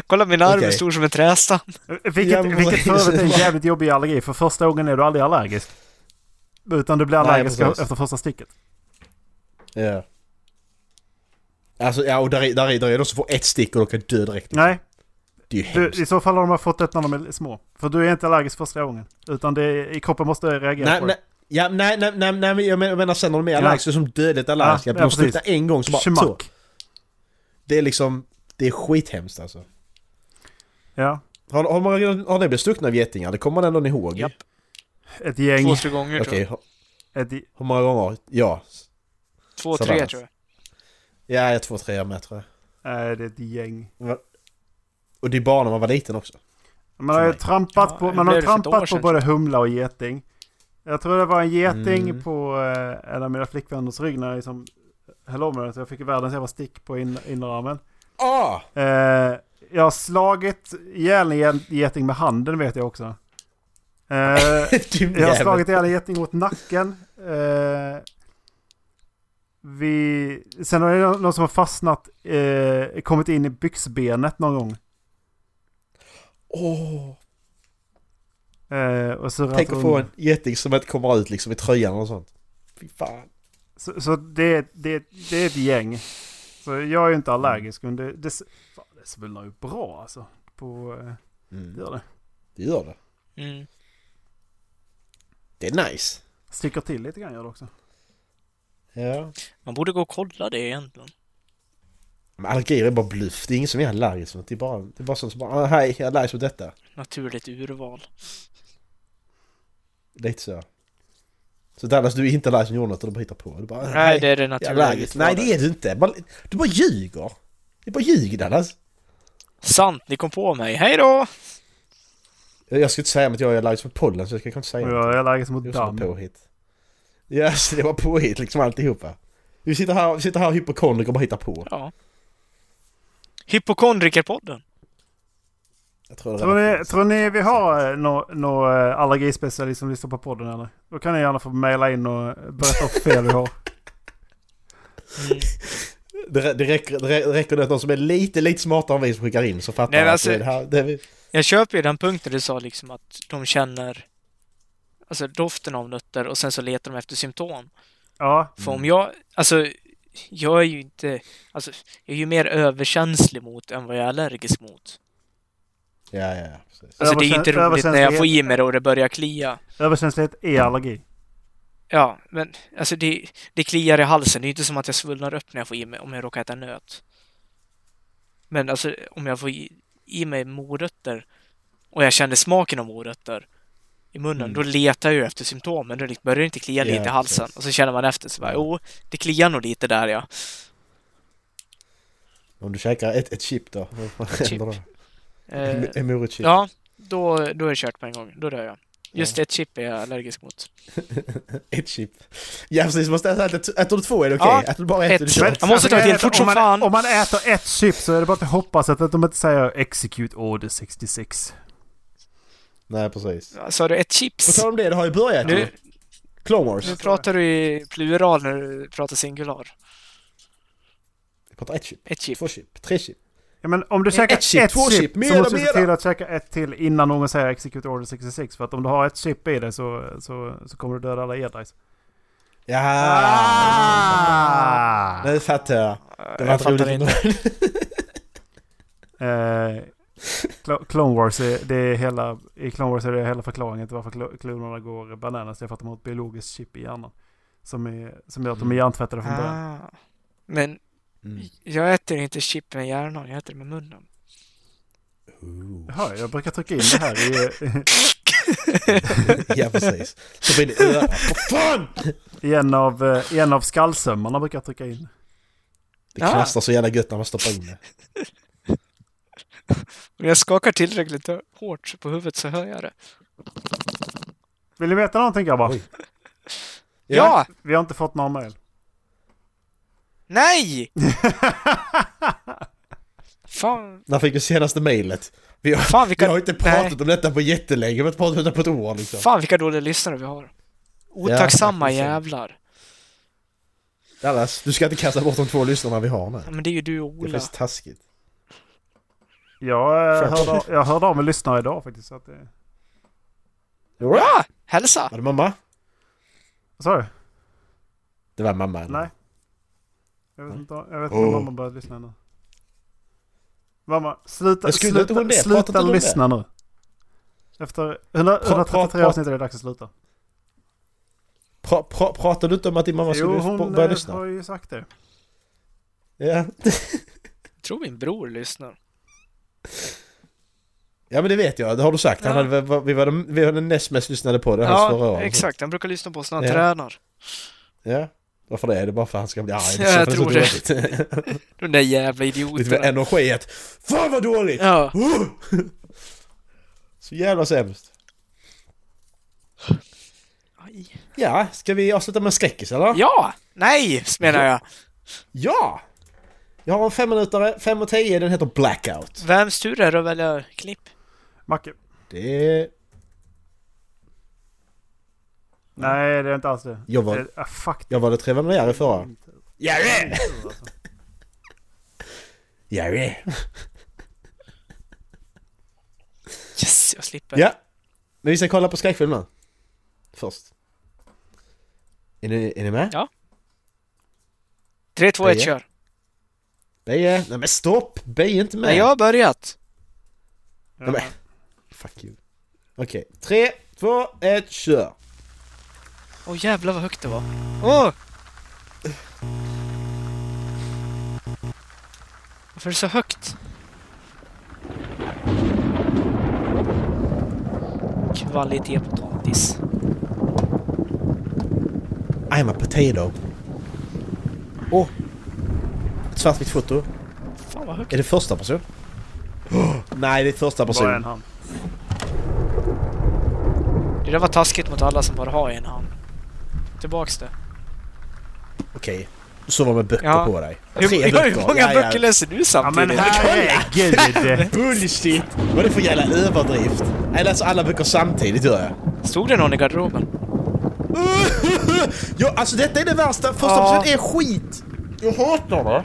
F: Kolla min arm
D: Okej.
F: är stor som en trästam.
D: Ja,
C: Vilket,
D: men-
C: vilket för övrigt är en jävligt jobbig allergi. För första gången är du aldrig allergisk. Utan du blir
D: Nej,
C: allergisk
D: precis.
C: efter första sticket.
D: ja. Alltså ja, och där är, där, är, där är de som får ett stick och de kan dö direkt.
C: Nej,
D: Det är ju
C: du,
D: hemskt.
C: i så fall har de fått det när de är små. För du är inte allergisk första gången. Utan det är, kroppen måste reagera
D: Nej,
C: på
D: nej,
C: det.
D: ja, nej, nej, nej, nej, men jag men- jag menar sen när de är
C: Ja.
D: allergiska, som dödligt allergiska.
C: Ja, ja,
D: de slutar
C: precis.
D: en gång så bara så.
C: Schmack.
D: Det är liksom, det är skithemskt alltså.
C: Ja,
D: Har, har, man, har ni blivit stuckna av getingar? Det kommer man ändå ihåg.
F: Japp.
C: ett gäng.
F: Två, tre gånger tror
D: Okej,
F: jag.
D: hur-
C: Ett, i-
D: hur många gånger? Ja.
F: Två,
D: Sådär.
F: tre tror jag.
D: Ja, jag tror tre med tror jag.
C: nej, det är ett gäng.
D: Och det är bara när man var liten också.
C: Man har ju
D: För mig.
C: trampat
F: Ja,
C: på,
F: det
C: man har
F: blev det för ett år
C: trampat på
F: sedan.
C: både humla och geting. Jag tror det var en geting
D: Mm.
C: på eh, en av mina flickvänners rygg när jag liksom höll om den. Så jag fick världens jävla stick på in, innerarmen.
D: Ah! <laughs>
C: Eh, jag har slagit ihjäl en get- geting med handen vet jag också. Eh,
D: <laughs> Din
C: jag har
D: jävel.
C: slagit ihjäl en geting mot nacken. Eh, vi, sen har det någon någon som har fastnat, eh, kommit in i byxbenet någon gång.
D: Åh!
C: Eh, och surrat
D: tänk att
C: runt.
D: få en geting som inte kommer ut liksom i tröjan och sånt. Fy fan.
C: Så, så det, det, det är ett gäng. Så jag är ju inte allergisk. Men det, det, fan, det svullnar ju bra alltså. På, eh, det
D: Mm.
C: gör det.
D: Det gör det.
F: Mm.
D: Det är nice.
C: Sticker till lite grann gör det också.
D: Ja.
F: Man borde gå och kolla det egentligen.
D: Men allergier är bara bluff. Det är ingen som är allergisk mot. Det är bara, det är bara sånt som bara ah, hej, jag är allergisk mot detta.
F: Naturligt urval.
D: Lite så. Så Dallas, du är inte allergisk mot jordnötter, du bara hittar på. Du bara,
F: Nej,
D: "Nej,
F: det är det
D: jag är
F: naturligt
D: allergisk. Nej, det är du inte. Man, du bara ljuger. Du bara ljuger Dallas.
F: Sant, ni kom på mig. Hej då!
D: Jag jag ska inte säga att jag är allergisk mot pollen, så jag kan inte säga
C: Och
D: något.
C: jag är allergisk mot
D: Det var
C: damm.
D: sådana påhitt. Ja, <laughs> så det var påhitt liksom alltihopa. Vi sitter här, vi sitter här hypokondriker och bara hittar på.
F: Ja. Hypokondrikerpodden.
D: Jag tror det
C: Tror
D: redan
C: ni,
D: finns.
C: tror ni vi har någon nå eh, allergispecialist som lyssnar på podden eller? Då kan ni gärna få mejla in och berätta vad fel vi <laughs> har.
F: Mm.
D: det, rä- det, räcker, det rä- det räcker med att någon som är lite, lite smartare än vi som skickar in så fattar
F: Nej, men
D: att
F: alltså-
D: det är det här, det är vi.
F: Jag köper ju den punkten du sa liksom att de känner alltså doften av nötter och sen så letar de efter symptom.
C: Ja,
F: För
D: Mm.
F: om jag, alltså jag är ju inte, alltså jag är ju mer överkänslig mot än vad jag är allergisk mot.
D: Ja, ja, ja. Precis.
F: Alltså det är ju inte
C: Överkäns-
F: roligt när jag
C: överkänslighet.
F: får i mig det och det börjar klia.
C: överkänslighet är allergi.
F: Ja, men alltså det, det kliar i halsen. Det är ju inte som att jag svullnar upp när jag får i mig, om jag råkar äta nöt. Men alltså om jag får i, i mig morötter och jag känner smaken av morötter i munnen,
D: Mm.
F: då letar jag ju efter symptomen. Då liksom börjar det inte klia
D: Ja,
F: lite i halsen.
D: precis.
F: Och så känner man efter, så bara,
D: Ja.
F: jo, det kliar nog lite där ja.
D: Om du käkar ett, ett chip då? Vad fan
F: Ett chip.
D: händer då? <laughs>
F: Eh,
D: Em- Emory-chip?
F: ja, då, då är det kört på en gång. Då dör jag. Just ett chip är jag allergisk mot.
D: Ett chip. Ja precis, måste äta ett. Äter du två är det okej?
F: Ja,
D: Äter du bara ett,
F: ett.
D: är det kört.
F: Jag måste ta ett till,
C: Alltså,
F: fort som
C: om man-
F: fan.
C: Om man äter ett chip så är det bara att hoppas att att de inte säger execute order 66.
D: Nej precis.
F: Sa du ett
D: På
F: chips?
D: tal om det, det har ju börjat
F: Nu,
D: ju. Clone Wars.
F: nu pratar du i plural när du pratar singular.
D: Vi pratar ett chip,
F: Ett chip.
D: två chip, tre chip.
C: Ja, men om du käkar ett
D: chip,
C: chip,
D: två chip,
C: så
D: mera,
C: måste du se
D: mera.
C: till att käka ett till innan någon säger execute order 66. För att om du har ett chip i dig så, så, så kommer du döda alla edrice.
D: Ja!
C: Ah!
D: Nu fattar jag. Det var
F: Jag
D: inte roligt
F: fattar inte.
D: ändå.
C: Eh, Clo- Clone Wars, är, det är hela, i Clone Wars är det hela förklaringen till varför klo- klonerna går bananas. Det är för att de har ett biologiskt chip i hjärnan. Som, är, som gör att de är hjärntvättade från början.
F: Ah. Men
D: Mm.
F: jag äter inte chip med hjärnan, jag äter det med munnen.
D: Ooh.
C: Jaha, jag brukar trycka in det här i,
D: Ja precis. Stoppa in i örat. Vad fan!
C: i, en, av, eh, i en av skallsömmarna brukar jag trycka in.
D: Det
F: Ja.
D: knastrar så jävla gött när man stoppar in det.
F: Om jag skakar tillräckligt hårt på huvudet så hör jag det.
C: Vill ni veta någonting grabbar?
D: Oj.
F: Ah. Ja!
C: Vi har inte fått någon mail.
D: <laughs>
F: Nej! Fan,
D: När fick vi senaste mejlet? Vi har,
F: fan
D: vi
F: vilka...
D: har inte pratat om detta på jättelänge, vi har inte pratat om detta på ett år liksom.
F: Fan vilka dåliga lyssnare vi har. Otacksamma
D: faktiskt.
F: jävlar.
D: Dallas, du ska inte kasta bort de två lyssnarna vi har nu.
F: Ja, men det är ju du och
D: Det är
F: Ola.
D: faktiskt taskigt.
C: Jag, eh,
D: Fair.
C: hörde, av- jag hörde av en lyssnare idag faktiskt. Så att, eh,
D: Var
F: Ah, hälsa!
D: det mamma?
C: vad sa du?
D: Det var mamma. eller?
C: Nej. Jag vet inte, jag vet inte om
D: Oh.
C: mamma börjat lyssna nu. Mamma, sluta,
D: Men skulle inte
C: sluta,
D: hon det? Pratar inte
C: sluta
D: hon det?
C: lyssna nu. Efter 100,
D: pra-
C: 133
D: pra-
C: avsnitt är det dags att sluta.
D: Pra, pra, pratade du inte om att din mamma skulle
C: Jo, hon
D: börja
C: eh,
D: lyssna?
C: har ju sagt det.
D: Ja.
F: Jag tror min bror lyssnar.
D: ja, men det vet jag. Det har du sagt. Han
F: Ja.
D: hade, vi, var- vi var den, vi var den näst mest lyssnade på det hans förra
F: Ja,
D: året.
F: exakt. Han brukar lyssna på oss när han
D: Ja.
F: tränar.
D: Ja. Varför det? Är det bara för att han ska bli arg?
F: Ja, jag
D: Det är
F: tror
D: så dåligt.
F: De där jävla
D: <laughs> Lite mer
F: idioterna.
D: energi att Fan vad dåligt!
F: Ja,
D: Uh! Så jävla sämst.
F: Aj.
D: Ja, ska vi avsluta med en skräckis eller?
F: ja! Nej, menar jag.
D: Ja! Jag har en femminutare, fem och tio, den heter Blackout.
F: Vems tur är det att välja klipp?
C: Macke.
D: Det är...
C: Nej, det är inte alls det.
D: Jag var-
C: Det- ah, fuck.
D: Jag var lite revanschare förra.
C: Min tur,
D: Jerry!
C: alltså.
D: Jerry!
F: Yes, jag slipper.
D: Ja! Men vi ska kolla på skräckfilmen. Först. Är ni, är ni med?
F: Ja. 3, 2, 1,
D: Beje.
F: kör.
D: Beje! Nej men stopp! Beje inte med!
F: Nej, jag har börjat.
C: Ja,
D: Nej, men. Fuck you. Okej, tre, två, ett, kör!
F: Åh jävlar vad högt det var. Åh! Varför är det så högt? Kvalitet potatis.
D: I'm a potato. Åh! Oh. Ett svartvitt foto.
F: Fan vad högt.
D: Är det första person? Åh, nej, det är första person.
C: Bara en hand.
F: Det där var taskigt mot alla som bara har en hand. Tillbaks det.
D: Okej. Du sover med böcker
F: Ja.
D: på dig.
F: Hur,
D: Tre
F: ja, hur
D: böcker.
F: många
D: Ja, ja.
F: böcker läser du
C: Ja men
F: samtidigt?
C: herregud!
D: Bullshit! Vad är det för jävla överdrift? Jag läser alltså alla böcker samtidigt gör jag.
F: Stod det någon i garderoben?
D: <laughs> ja, alltså detta är det värsta. Första
F: Ja.
D: person är skit. Jag hatar det.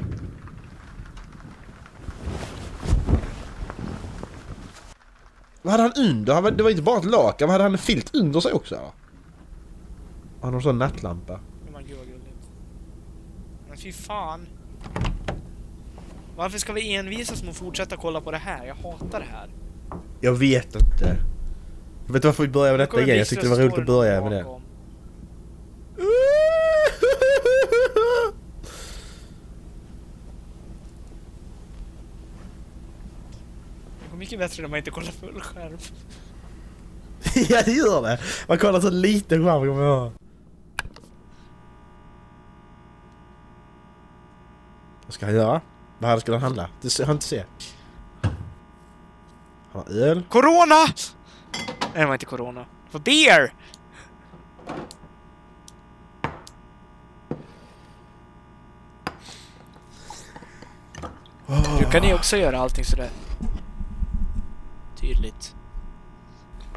D: Vad hade han under? Han var, det var inte bara ett lakan. Vad hade han en filt under sig också? Eller? Har någon sån nattlampa?
F: Men gud vad gulligt. Men fy fan. Varför ska vi envisas med att fortsätta kolla på det här? Jag hatar det här.
D: Jag vet inte. Jag vet inte varför vi började med detta igen. Jag tyckte det var roligt att börja <laughs> med det.
F: Det går mycket bättre när man inte kollar full skärm.
D: <laughs> ja det gör det. Man kollar så liten skärm kommer jag ihåg. Vad ska han göra? Vad här ska han handla? Det ser han inte se. Han har öl.
F: Corona! Nej, det var inte corona. Det var beer! Nu kan ni också göra allting sådär. Tydligt.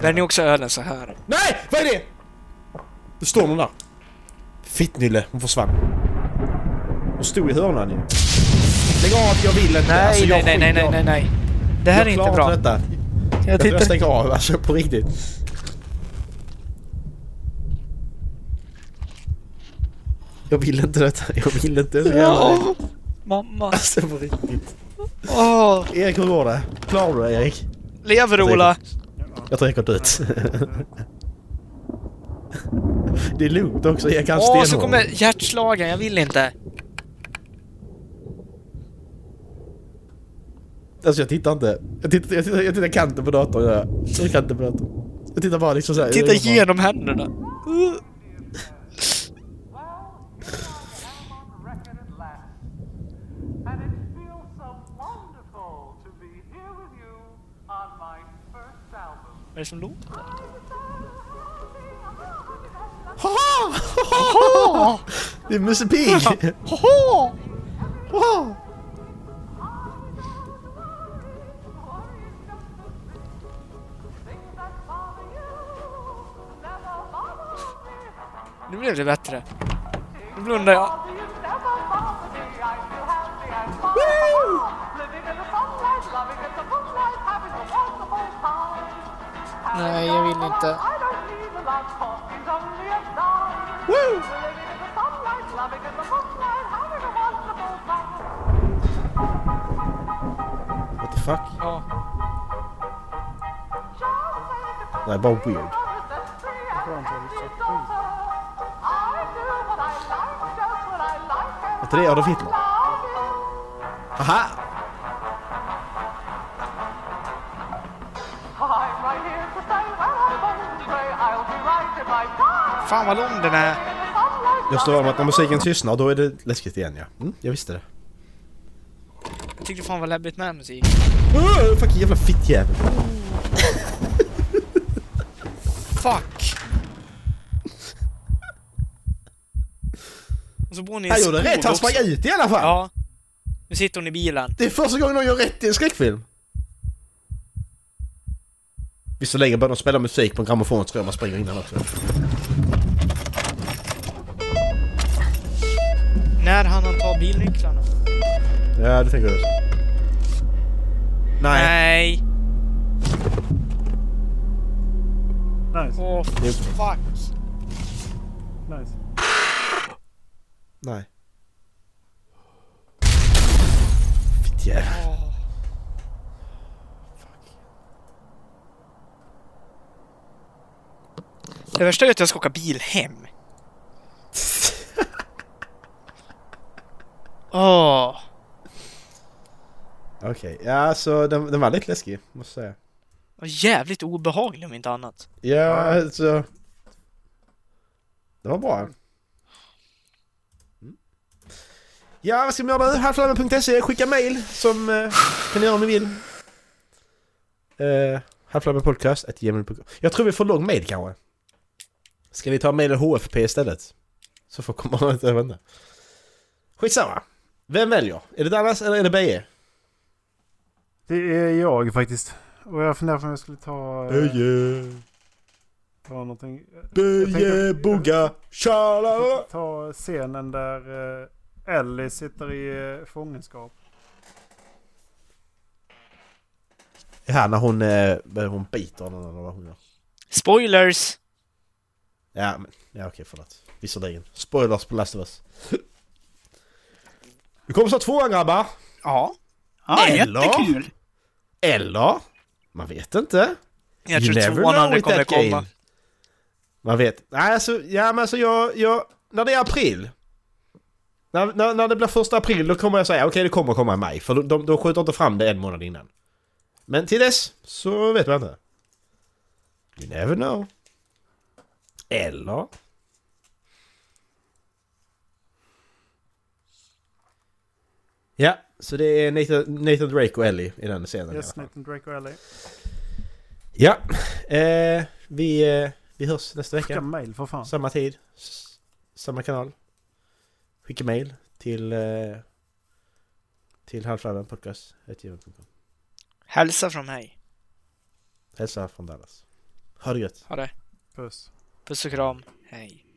F: Vänd ni också ölen så här.
D: Nej! Vad är det? Det står någon där. Fittnylle, hon försvann. Hon stod i hörnan ju. Lägg av, jag vill inte.
F: Nej,
D: Alltså, jag
F: nej, nej, nej,
D: skiter-
F: nej, nej, nej. Det här
D: jag
F: är inte
D: klarar
F: bra.
D: Detta.
F: Jag
D: Jag tror jag
F: tittar...
D: stänger av alltså på riktigt. Jag vill inte detta. Jag vill inte så jävla
F: Ja,
D: det.
F: åh, mamma.
D: Alltså på riktigt.
F: Åh,
D: Erik hur går det? Klarar du det Erik?
F: lever Ola?
D: Jag tror Erik har dött. Det är lugnt också. Erik han
F: Åh,
D: stenhård.
F: så kommer hjärtslagen. Jag vill inte.
D: Alltså jag tittar inte. Jag tittar, jag tittar, jag tittar kanten på datorn. gör Jag Jag tittar kanten på datorn. Jag tittar bara liksom såhär.
F: Titta genom händerna. Uh.
G: And it feels so wonderful to be here with you on my first album.
F: Vad är det som låter?
D: Det är Musse Pig!
G: Things that bother you never bother me.
F: Nu blev det bättre. Nu blundar jag.
G: Bother you never bother me. I feel happy and fine. Living in the sunlight, loving in the moonlight, having a wonderful time.
F: Nej, jag vill inte.
G: I don't need a lot, coffee's only a dime. Living in the sunlight, loving in the moonlight, having a wonderful time.
D: What the fuck?
F: Ja.
D: Det här är bara weird.
G: Är
D: inte det Adolf Hitler? Aha!
F: Fan vad lång den är.
D: Jag slår om att när musiken tystnar då är det läskigt igen ja. Mm, jag visste det.
F: Jag tyckte fan vad läbbigt med musik.
D: Oh, fucking jävla fittjävel.
F: Fuck! Och så bor ni i en
D: Han gjorde
F: skog
D: rätt, han
F: också.
D: sprang ut i alla fall!
F: Ja. Nu sitter hon i bilen.
D: Det är första gången någon gör rätt i en skräckfilm. Visst så länge bara de spelar musik på en grammofon tror jag man springer innan också.
F: När han han tar bilnycklarna?
D: Ja, det tänker jag också.
F: Nej!
D: Nej.
C: <laughs> Nice,
F: Åh fuck!
C: nice.
D: Nej. Fittjävel.
F: Åh. Det värsta är att jag ska åka bil <laughs> hem. Åh!
D: Okej, ja så den, den var lite läskig måste jag säga.
F: Vad Jävligt obehaglig om inte annat.
D: Ja, alltså. Det var bra. Mm. Ja, vad ska man göra nu? Halflabben.se, skicka mail som eh, kan ni göra om ni vill. Eh, Halflabbenpodcast.gmail.com Jag tror vi får lång mail kanske. Ska vi ta mailen HFP istället? Så får komma och inte vända. Skitsamma. Vem väljer? Är det Dallas eller är det E? Beje?
C: Det är jag faktiskt. Och jag funderar på om jag skulle ta... eh, Ta någonting. Jag tänkte-
D: tjala!
C: Ta scenen där eh, Ellie sitter i eh, fångenskap.
D: Ja, när hon, eh, hon biter någon eller vad hon gör.
F: Spoilers!
D: Ja, men, ja okej förlåt. Visserligen. Spoilers på Last of Us. Det kommer snart tvåan grabbar!
F: Ja. Ja,
D: Eller? Eller? Man vet inte.
F: Jag
D: You
F: tror
D: never
F: tvåan
D: know
F: aldrig
D: with
F: kommer
D: that
F: komma.
D: game. Man vet. Nej alltså, ja men alltså jag, jag... När det är april. När, när, när det blir första april då kommer jag säga okej det kommer komma i maj. För de, de, de skjuter inte fram det en månad innan. Men till dess så vet man inte. You never know. Eller? Ja, så det är Nathan, Nathan Drake och Ellie i den scenen. i alla
C: Yes,
D: fall.
C: Nathan Drake och Ellie.
D: Ja, eh, vi, eh, vi hörs nästa
C: Skicka
D: vecka.
C: mail för fan.
D: Samma tid, s- samma kanal. Skicka mail till eh, till halvfladdenpodcast.gmail.com
F: Hälsa från mig.
D: Hälsa från Dallas. Ha det gött.
F: Ha det.
C: Puss.
F: Puss och kram. Hej.